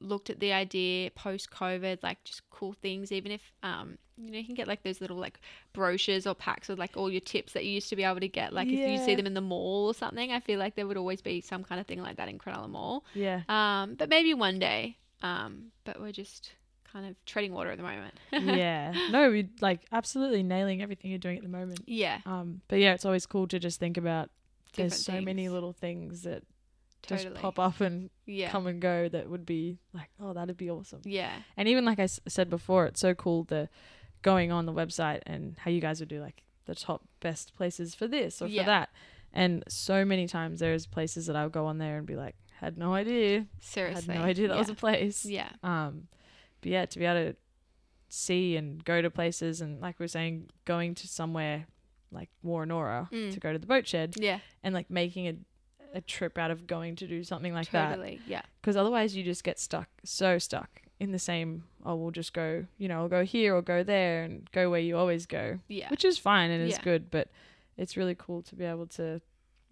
[SPEAKER 2] looked at the idea post COVID, like just cool things, even if um, you know, you can get like those little like brochures or packs with like all your tips that you used to be able to get. Like if you see
[SPEAKER 1] Yeah.
[SPEAKER 2] them in the mall or something, I feel like there would always be some kind of thing like that in Cronulla Mall. *laughs*
[SPEAKER 1] Yeah,
[SPEAKER 2] Um, but maybe one day. Um, but we're just kind of treading water at the moment. *laughs*
[SPEAKER 1] yeah. No, we like absolutely nailing everything you're doing at the moment.
[SPEAKER 2] yeah.
[SPEAKER 1] Um, but yeah, it's always cool to just think about.
[SPEAKER 2] different
[SPEAKER 1] there's so many
[SPEAKER 2] things.
[SPEAKER 1] little things that
[SPEAKER 2] Totally.
[SPEAKER 1] just pop up and
[SPEAKER 2] Yeah.
[SPEAKER 1] come and go that would be like, oh, that'd be awesome.
[SPEAKER 2] yeah.
[SPEAKER 1] And even like I s- said before, it's so cool the going on the website and how you guys would do like the top best places for this or
[SPEAKER 2] Yeah.
[SPEAKER 1] for that. And so many times there's places that I'll go on there and be like, had no idea,
[SPEAKER 2] Seriously.
[SPEAKER 1] had no idea that
[SPEAKER 2] yeah.
[SPEAKER 1] was a place.
[SPEAKER 2] Yeah.
[SPEAKER 1] Um, but yeah, to be able to see and go to places and like we were saying, going to somewhere like Warrenora
[SPEAKER 2] Mm.
[SPEAKER 1] to go to the boat shed
[SPEAKER 2] Yeah.
[SPEAKER 1] and like making a a trip out of going to do something *laughs* like that
[SPEAKER 2] totally. Yeah.
[SPEAKER 1] because otherwise you just get stuck so stuck in the same oh we'll just go you know i'll go here or go there and go where you always go
[SPEAKER 2] Yeah.
[SPEAKER 1] which is fine and is
[SPEAKER 2] Yeah.
[SPEAKER 1] good but it's really cool to be able to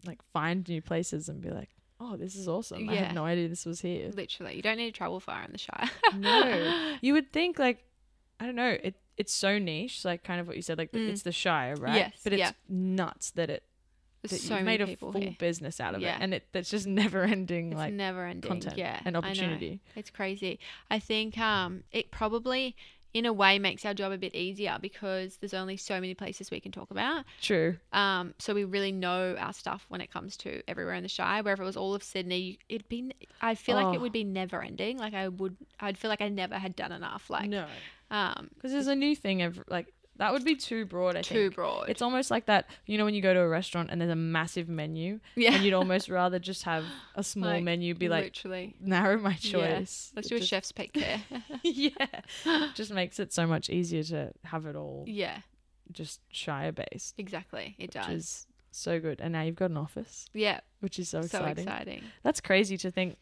[SPEAKER 1] like find new places and be like oh this is awesome i
[SPEAKER 2] Yeah.
[SPEAKER 1] had no idea this was
[SPEAKER 2] *laughs*
[SPEAKER 1] here
[SPEAKER 2] Literally. You don't need to travel far in the Shire. *laughs*
[SPEAKER 1] no *laughs* you would think like i don't know it it's so niche like kind of what you said like the-
[SPEAKER 2] Mm.
[SPEAKER 1] it's the shire right
[SPEAKER 2] Yes,
[SPEAKER 1] but it's
[SPEAKER 2] yeah.
[SPEAKER 1] nuts that it that
[SPEAKER 2] There's so
[SPEAKER 1] you've
[SPEAKER 2] many
[SPEAKER 1] made a
[SPEAKER 2] people
[SPEAKER 1] full
[SPEAKER 2] here.
[SPEAKER 1] business out of
[SPEAKER 2] Yeah.
[SPEAKER 1] it and it that's just *laughs* never ending
[SPEAKER 2] It's
[SPEAKER 1] like
[SPEAKER 2] never ending.
[SPEAKER 1] content
[SPEAKER 2] yeah.
[SPEAKER 1] and
[SPEAKER 2] I know.
[SPEAKER 1] opportunity
[SPEAKER 2] It's crazy. I think um, it probably, in a way, makes our job a bit easier because there's only so many places we can talk about.
[SPEAKER 1] true
[SPEAKER 2] Um, so we really know our stuff when it comes to everywhere in the Shire. Where if it was all of Sydney, it'd be. I feel like it
[SPEAKER 1] Oh.
[SPEAKER 2] would be never ending. Like I would, I'd feel like I never had done enough. Like,
[SPEAKER 1] no
[SPEAKER 2] um,
[SPEAKER 1] Because there's a new thing every like That would be too broad, I
[SPEAKER 2] Too
[SPEAKER 1] think.
[SPEAKER 2] broad.
[SPEAKER 1] It's almost like that, you know, when you go to a restaurant and there's a massive menu,
[SPEAKER 2] *laughs* yeah.
[SPEAKER 1] and you'd
[SPEAKER 2] *laughs*
[SPEAKER 1] almost rather just have a small
[SPEAKER 2] Like,
[SPEAKER 1] menu, be like,
[SPEAKER 2] literally.
[SPEAKER 1] narrow my
[SPEAKER 2] Yeah.
[SPEAKER 1] choice.
[SPEAKER 2] Let's
[SPEAKER 1] It
[SPEAKER 2] do a
[SPEAKER 1] just-
[SPEAKER 2] chef's pick there.
[SPEAKER 1] *laughs*
[SPEAKER 2] *laughs*
[SPEAKER 1] yeah. Just makes it so much easier to have it all
[SPEAKER 2] yeah,
[SPEAKER 1] just Shire based,
[SPEAKER 2] exactly. It
[SPEAKER 1] which
[SPEAKER 2] does.
[SPEAKER 1] is so good. And now you've got an office,
[SPEAKER 2] yeah,
[SPEAKER 1] which is so
[SPEAKER 2] so
[SPEAKER 1] exciting.
[SPEAKER 2] exciting.
[SPEAKER 1] That's crazy to think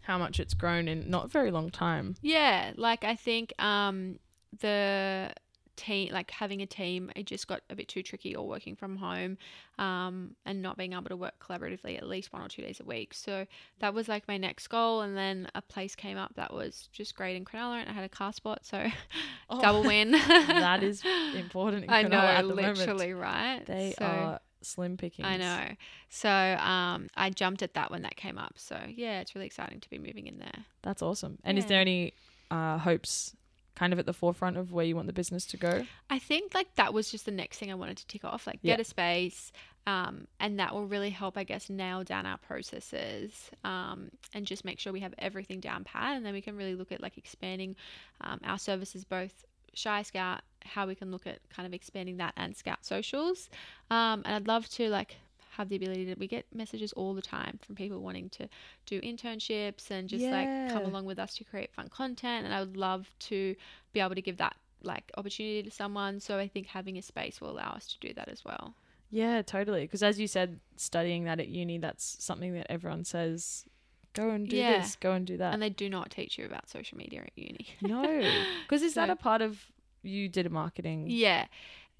[SPEAKER 1] how much it's grown in not very long time.
[SPEAKER 2] Yeah, like I think um the team like having a team it just got a bit too tricky or working from home um and not being able to work collaboratively at least one or two days a week so that was like my next goal and then a place came up that was just great in Cronulla and I had a car spot so *laughs*
[SPEAKER 1] Oh,
[SPEAKER 2] double win
[SPEAKER 1] that
[SPEAKER 2] *laughs*
[SPEAKER 1] is *laughs* important. in
[SPEAKER 2] I
[SPEAKER 1] Cronulla
[SPEAKER 2] know
[SPEAKER 1] at the moment.
[SPEAKER 2] literally right
[SPEAKER 1] They
[SPEAKER 2] So,
[SPEAKER 1] are slim pickings.
[SPEAKER 2] I know so um I jumped at that when that came up so yeah it's really exciting to be moving in there
[SPEAKER 1] That's awesome. And is
[SPEAKER 2] Yeah.
[SPEAKER 1] there any uh, hopes kind of at the forefront of where you want the business to go?
[SPEAKER 2] I think like that was just the next thing I wanted to tick off, like
[SPEAKER 1] Yeah.
[SPEAKER 2] get a space, um, and that will really help, I guess, nail down our processes, um, and just make sure we have everything down pat, and then we can really look at like expanding um, our services, both Shy Scout, how we can look at kind of expanding that and Scout socials, um, and I'd love to like have the ability to we get messages all the time from people wanting to do internships and just like come
[SPEAKER 1] Yeah.
[SPEAKER 2] along with us to create fun content and I would love to be able to give that like opportunity to someone. So I think having a space will allow us to do that as well.
[SPEAKER 1] Yeah, totally. Because as you said, studying that at uni, that's something that everyone says go and do
[SPEAKER 2] Yeah.
[SPEAKER 1] this, go and do that.
[SPEAKER 2] And they do not teach you about social media at uni.
[SPEAKER 1] Mm. *laughs* no. Because is that
[SPEAKER 2] So-
[SPEAKER 1] a part of you did a marketing?
[SPEAKER 2] yeah.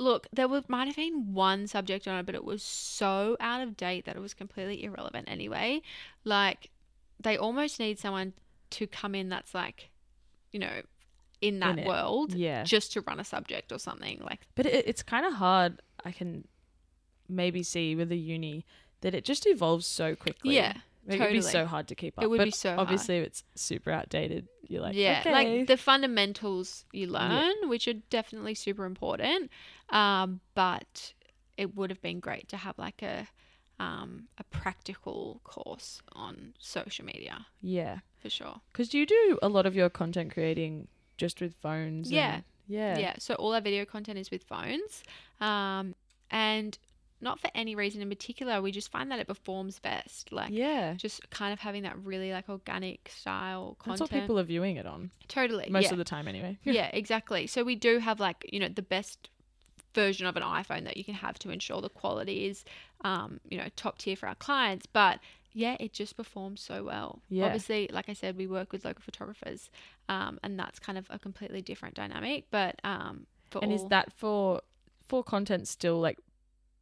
[SPEAKER 2] Look, there was, might have been one subject on it, but it was so out of date that it was completely irrelevant anyway. Like, they almost need someone to come in that's like, you know, in that
[SPEAKER 1] it.
[SPEAKER 2] world
[SPEAKER 1] Yeah.
[SPEAKER 2] just to run a subject or something. Like,
[SPEAKER 1] But it, it's kind of hard. I can maybe see with a uni that it just evolves so quickly.
[SPEAKER 2] yeah.
[SPEAKER 1] Like, It'd be
[SPEAKER 2] totally.
[SPEAKER 1] so hard to keep up.
[SPEAKER 2] would
[SPEAKER 1] but
[SPEAKER 2] be so hard.
[SPEAKER 1] Obviously, if it's super outdated, you're like,
[SPEAKER 2] yeah
[SPEAKER 1] okay.
[SPEAKER 2] like the fundamentals you learn which are definitely super important um, but it would have been great to have like a um, a practical course on social media
[SPEAKER 1] yeah.
[SPEAKER 2] for sure
[SPEAKER 1] Because you do a lot of your content creating just with phones.
[SPEAKER 2] Yeah.
[SPEAKER 1] and- yeah.
[SPEAKER 2] yeah. so all our video content is with phones um, and not for any reason in particular we just find that it performs best like
[SPEAKER 1] Yeah.
[SPEAKER 2] just kind of having that really like organic style
[SPEAKER 1] That's
[SPEAKER 2] content
[SPEAKER 1] what people are viewing it on
[SPEAKER 2] totally
[SPEAKER 1] most
[SPEAKER 2] yeah.
[SPEAKER 1] of the time, *laughs* anyway.
[SPEAKER 2] yeah, exactly. So we do have like you know the best version of an iPhone that you can have to ensure the quality is um, you know top tier for our clients, but yeah, it just performs so well.
[SPEAKER 1] Yeah.
[SPEAKER 2] Obviously, like I said, we work with local photographers, um, and that's kind of a completely different dynamic. But um, for
[SPEAKER 1] And
[SPEAKER 2] all,
[SPEAKER 1] is that for for content still like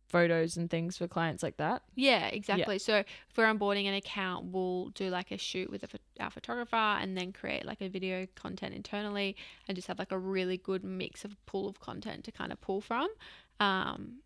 [SPEAKER 1] photos and things for clients like that?
[SPEAKER 2] Yeah, exactly. So if we're onboarding an account, we'll do like a shoot with a, pho- our photographer and then create like a video content internally and just have like a really good mix of pool of content to kind of pull from. Um,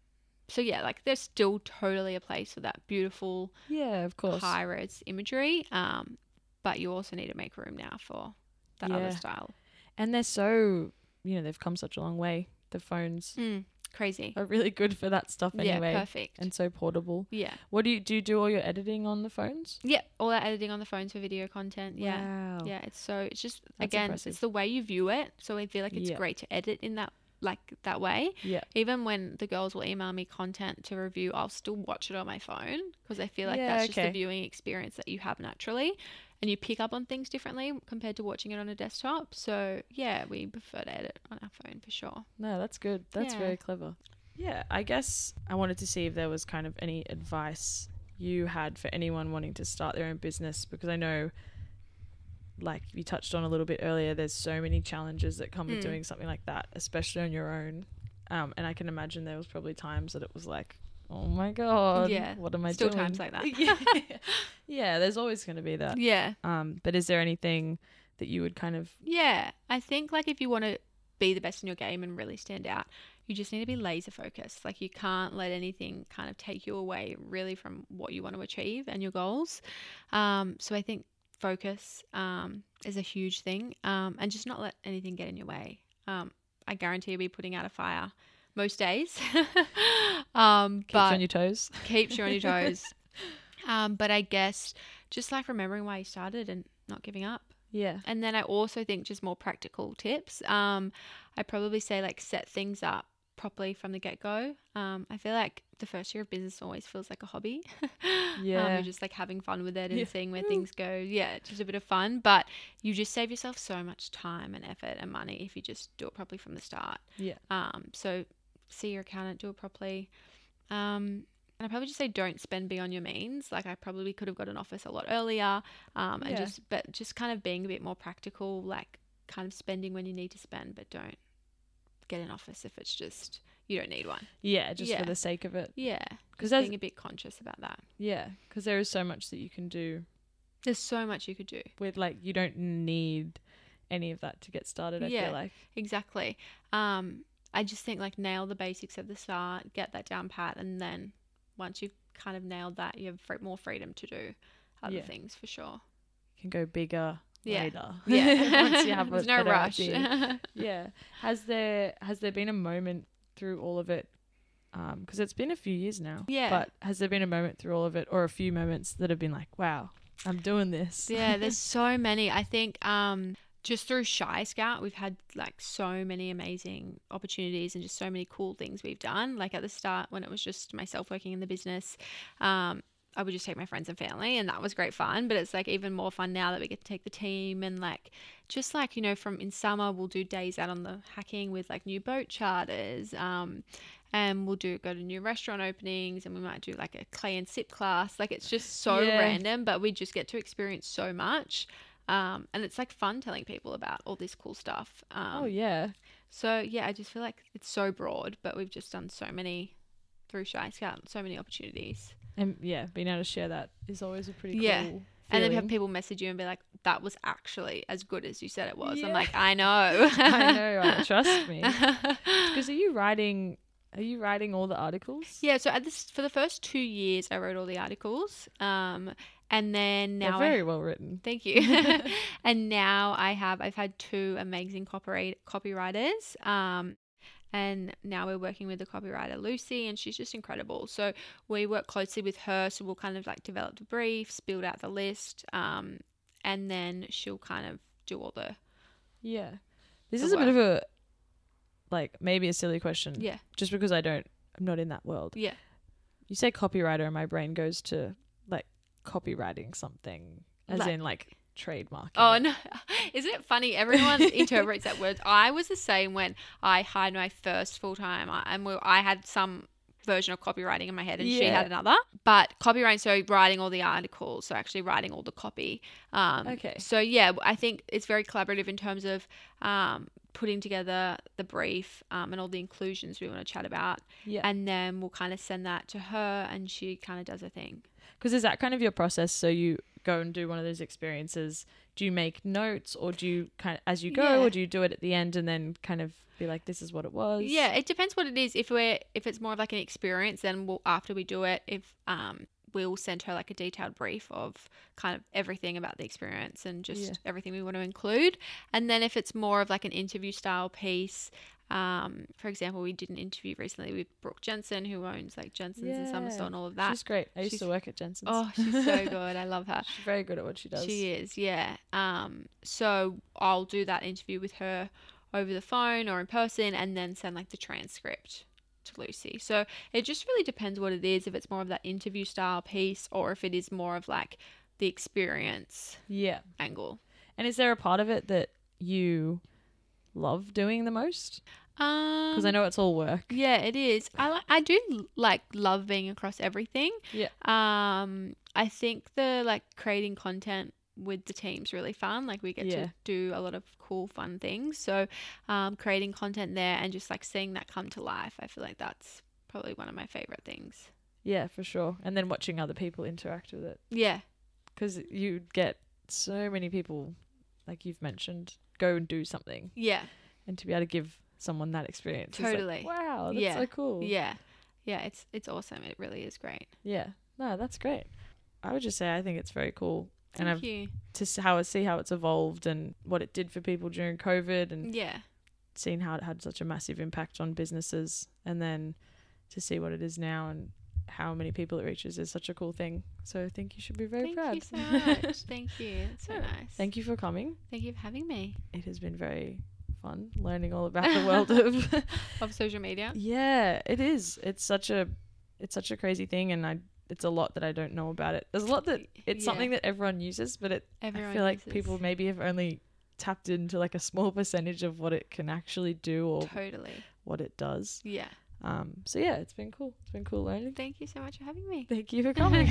[SPEAKER 2] so yeah, like there's still totally a place for that beautiful
[SPEAKER 1] Yeah, of course.
[SPEAKER 2] high res imagery. Um, but you also need to make room now for that
[SPEAKER 1] Yeah.
[SPEAKER 2] other style.
[SPEAKER 1] And they're so you know they've come such a long way. The phones
[SPEAKER 2] Mm, crazy.
[SPEAKER 1] are really good for that stuff anyway,
[SPEAKER 2] Yeah, perfect.
[SPEAKER 1] and so portable.
[SPEAKER 2] yeah.
[SPEAKER 1] What do you do? You do all your editing on the phones?
[SPEAKER 2] Yeah. All that editing on the phones for video content. Yeah.
[SPEAKER 1] Wow.
[SPEAKER 2] Yeah, it's so it's just
[SPEAKER 1] Oh. That's
[SPEAKER 2] again,
[SPEAKER 1] impressive.
[SPEAKER 2] it's the way you view it. So I feel like it's
[SPEAKER 1] Yeah.
[SPEAKER 2] great to edit in that like that way.
[SPEAKER 1] Yeah.
[SPEAKER 2] Even when the girls will email me content to review, I'll still watch it on my phone because I feel like
[SPEAKER 1] Yeah,
[SPEAKER 2] that's just
[SPEAKER 1] okay.
[SPEAKER 2] the viewing experience that you have naturally, and you pick up on things differently compared to watching it on a desktop. So yeah, we prefer to edit on our phone for sure.
[SPEAKER 1] No, that's good. That's
[SPEAKER 2] Yeah.
[SPEAKER 1] very clever. Yeah, I guess I wanted to see if there was kind of any advice you had for anyone wanting to start their own business because I know like you touched on a little bit earlier there's so many challenges that come with
[SPEAKER 2] Mm.
[SPEAKER 1] doing something like that, especially on your own. Um, and I can imagine there was probably times that it was like, "Oh my god,
[SPEAKER 2] Yeah,
[SPEAKER 1] what am I
[SPEAKER 2] still
[SPEAKER 1] doing?"
[SPEAKER 2] times like that.
[SPEAKER 1] *laughs* yeah. yeah, there's always going to be that.
[SPEAKER 2] *laughs* Yeah.
[SPEAKER 1] Um, but is there anything that you would kind of
[SPEAKER 2] Yeah, I think like if you want to be the best in your game and really stand out, you just need to be laser focused. Like you can't let anything kind of take you away really from what you want to achieve and your goals. Um, so I think focus um, is a huge thing, um, and just not let anything get in your way. Um, I guarantee you'll be putting out a fire most days, *laughs* um,
[SPEAKER 1] keeps you
[SPEAKER 2] but
[SPEAKER 1] on your toes?
[SPEAKER 2] keeps you on your toes. Um, but I guess just like remembering why you started and not giving up
[SPEAKER 1] Yeah.
[SPEAKER 2] And then I also think just more practical tips. Um, I probably say like set things up properly from the get go. Um, I feel like the first year of business always feels like a hobby. *laughs* um,
[SPEAKER 1] Yeah.
[SPEAKER 2] you're just like having fun with it and
[SPEAKER 1] Yeah.
[SPEAKER 2] seeing where
[SPEAKER 1] Mm.
[SPEAKER 2] things go. Yeah, it's just a bit of fun, but you just save yourself so much time and effort and money if you just do it properly from the start.
[SPEAKER 1] Yeah.
[SPEAKER 2] Um, so see your accountant, do it properly. Um, and I probably just say don't spend beyond your means. Like I probably could have got an office a lot earlier. Um, and
[SPEAKER 1] Yeah.
[SPEAKER 2] just but just kind of being a bit more practical, like kind of spending when you need to spend, but don't get an office if it's just you don't need one.
[SPEAKER 1] Yeah, just
[SPEAKER 2] Yeah.
[SPEAKER 1] for the sake of it.
[SPEAKER 2] Yeah,
[SPEAKER 1] 'Cause
[SPEAKER 2] because
[SPEAKER 1] there's-
[SPEAKER 2] being a bit conscious about that.
[SPEAKER 1] Yeah, because there is so much that you can do
[SPEAKER 2] There's so much you could do.
[SPEAKER 1] with like you don't need any of that to get started. I
[SPEAKER 2] Yeah.
[SPEAKER 1] feel like
[SPEAKER 2] Exactly. Um, I just think like nail the basics at the start, get that down pat, and then once you've kind of nailed that, you have fr- more freedom to do other
[SPEAKER 1] Yeah.
[SPEAKER 2] things for sure.
[SPEAKER 1] you can go bigger
[SPEAKER 2] Yeah.
[SPEAKER 1] later.
[SPEAKER 2] Yeah,
[SPEAKER 1] *laughs*
[SPEAKER 2] *laughs*
[SPEAKER 1] once you have a
[SPEAKER 2] there's no
[SPEAKER 1] better
[SPEAKER 2] rush. *laughs*
[SPEAKER 1] idea. yeah has there has there been a moment through all of it Um, 'cause it's been a few years now
[SPEAKER 2] Yeah.
[SPEAKER 1] but has there been a moment through all of it or a few moments that have been like wow i'm doing this
[SPEAKER 2] yeah, there's so many. I think um, just through Shy Scout, we've had like so many amazing opportunities and just so many cool things we've done. Like at the start, when it was just myself working in the business, um, I would just take my friends and family, and that was great fun. But it's like even more fun now that we get to take the team and like just like you know, from in summer we'll do days out on the hacking with like new boat charters. Um, and we'll do go to new restaurant openings and we might do like a clay and sip class like it's just so
[SPEAKER 1] Yeah.
[SPEAKER 2] random but we just get to experience so much um, and it's like fun telling people about all this cool stuff um,
[SPEAKER 1] oh yeah
[SPEAKER 2] so yeah i just feel like it's so broad but we've just done so many through shy scout so many opportunities
[SPEAKER 1] and yeah being able to share that is always a pretty
[SPEAKER 2] Yeah.
[SPEAKER 1] cool
[SPEAKER 2] and then have
[SPEAKER 1] feeling.
[SPEAKER 2] people message you and be like that was actually as good as you said it was i'm
[SPEAKER 1] Yeah.
[SPEAKER 2] like *laughs* i know
[SPEAKER 1] *laughs* i know like, trust me
[SPEAKER 2] know
[SPEAKER 1] because are you writing are you writing all the articles
[SPEAKER 2] Yeah, so at this for the first two years, I wrote all the articles, um, and then
[SPEAKER 1] They're
[SPEAKER 2] now I-
[SPEAKER 1] very well written
[SPEAKER 2] thank you, *laughs* and now I have I've had two amazing copyright copywriters, um, and now we're working with the copywriter Lucy, and she's just incredible. So we work closely with her, so we'll kind of like develop the briefs, build out the list, um, and then she'll kind of do all the
[SPEAKER 1] yeah this
[SPEAKER 2] The
[SPEAKER 1] is a bit of a like maybe a silly question
[SPEAKER 2] yeah
[SPEAKER 1] just because i don't i'm not in that world
[SPEAKER 2] yeah
[SPEAKER 1] You say copywriter, and my brain goes to like copywriting something, as
[SPEAKER 2] Like-
[SPEAKER 1] in like trademarking.
[SPEAKER 2] Oh
[SPEAKER 1] it.
[SPEAKER 2] no! *laughs* Isn't it funny?
[SPEAKER 1] *laughs*
[SPEAKER 2] Everyone interprets that word. I was the same when I hired my first full time, and we- I had some version of copywriting in my head, and she
[SPEAKER 1] Yeah.
[SPEAKER 2] had another. But copywriting, so writing all the articles, so actually writing all the copy. Um,
[SPEAKER 1] Okay.
[SPEAKER 2] So yeah, I think it's very collaborative in terms of um, putting together the brief um, and all the inclusions we want to chat about,
[SPEAKER 1] yeah.
[SPEAKER 2] and then we'll kind of send that to her, and she kind of does her thing.
[SPEAKER 1] Because is that kind of your process? So you go and do one of those experiences. Do you make notes, or do you kind of as you go,
[SPEAKER 2] Yeah.
[SPEAKER 1] or do you do it at the end and then kind of be like, "This is what it was."
[SPEAKER 2] Yeah, it depends what it is. If we're if it's more of like an experience, then we'll after we do it, if um we'll send her like a detailed brief of kind of everything about the experience and just
[SPEAKER 1] Yeah.
[SPEAKER 2] everything we want to include. And then if it's more of like an interview style piece, um, for example, we did an interview recently with Brooke Jensen, who owns like Jensen's and
[SPEAKER 1] Yeah.
[SPEAKER 2] Somersault and all of that.
[SPEAKER 1] *laughs* she's great. I used to
[SPEAKER 2] she's-
[SPEAKER 1] work at Jensen's.
[SPEAKER 2] oh,
[SPEAKER 1] *laughs*
[SPEAKER 2] she's so good. I love her.
[SPEAKER 1] she's very good at what she does.
[SPEAKER 2] She is, yeah. Um, so I'll do that interview with her over the phone or in person and then send like the transcript to Lucy. So it just really depends what it is, if it's more of that interview style piece or if it is more of like the experience
[SPEAKER 1] Yeah.
[SPEAKER 2] angle.
[SPEAKER 1] And is there a part of it that you love doing the most?
[SPEAKER 2] Um,
[SPEAKER 1] Because I know it's all work.
[SPEAKER 2] Yeah, it is. I li- I do l- like love being across everything.
[SPEAKER 1] Yeah.
[SPEAKER 2] Um, I think the like creating content with the team's really fun. Like we get
[SPEAKER 1] Yeah.
[SPEAKER 2] to do a lot of cool, fun things. So, um, creating content there and just like seeing that come to life, I feel like that's probably one of my favorite things.
[SPEAKER 1] Yeah, for sure. And then watching other people interact with it.
[SPEAKER 2] Yeah.
[SPEAKER 1] because you get so many people, like you've mentioned, go and do something,
[SPEAKER 2] Yeah.
[SPEAKER 1] and to be able to give someone that experience, is like,
[SPEAKER 2] Totally.
[SPEAKER 1] wow, that's
[SPEAKER 2] Yeah.
[SPEAKER 1] so cool.
[SPEAKER 2] Yeah. Yeah. It's it's awesome. It really is great.
[SPEAKER 1] yeah. No, that's great. I would just say I think it's very cool,
[SPEAKER 2] Thank
[SPEAKER 1] and I've
[SPEAKER 2] you.
[SPEAKER 1] to s- how I see how it's evolved and what it did for people during COVID, and
[SPEAKER 2] Yeah.
[SPEAKER 1] seeing how it had such a massive impact on businesses, and then to see what it is now and how many people it reaches is such a cool thing. So I think you should be very
[SPEAKER 2] Thank
[SPEAKER 1] proud. *laughs*
[SPEAKER 2] you so much. Thank you. That's so
[SPEAKER 1] Yeah.
[SPEAKER 2] nice.
[SPEAKER 1] Thank you for coming.
[SPEAKER 2] Thank you for having me.
[SPEAKER 1] It has been very fun learning all about the world
[SPEAKER 2] *laughs*
[SPEAKER 1] of
[SPEAKER 2] Of social media.
[SPEAKER 1] Yeah, it is. It's such a it's such a crazy thing and I it's a lot that I don't know about it. There's a lot that it's
[SPEAKER 2] Yeah.
[SPEAKER 1] something that everyone uses, but it
[SPEAKER 2] Everyone
[SPEAKER 1] I feel like
[SPEAKER 2] uses.
[SPEAKER 1] people maybe have only tapped into like a small percentage of what it can actually do or
[SPEAKER 2] totally.
[SPEAKER 1] what it does.
[SPEAKER 2] Yeah.
[SPEAKER 1] Um so yeah, it's been cool. It's been cool
[SPEAKER 2] *laughs*
[SPEAKER 1] learning.
[SPEAKER 2] Thank you so much for having me.
[SPEAKER 1] Thank you for coming.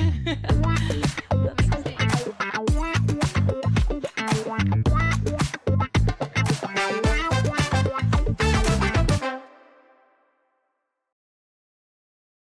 [SPEAKER 2] Thanks.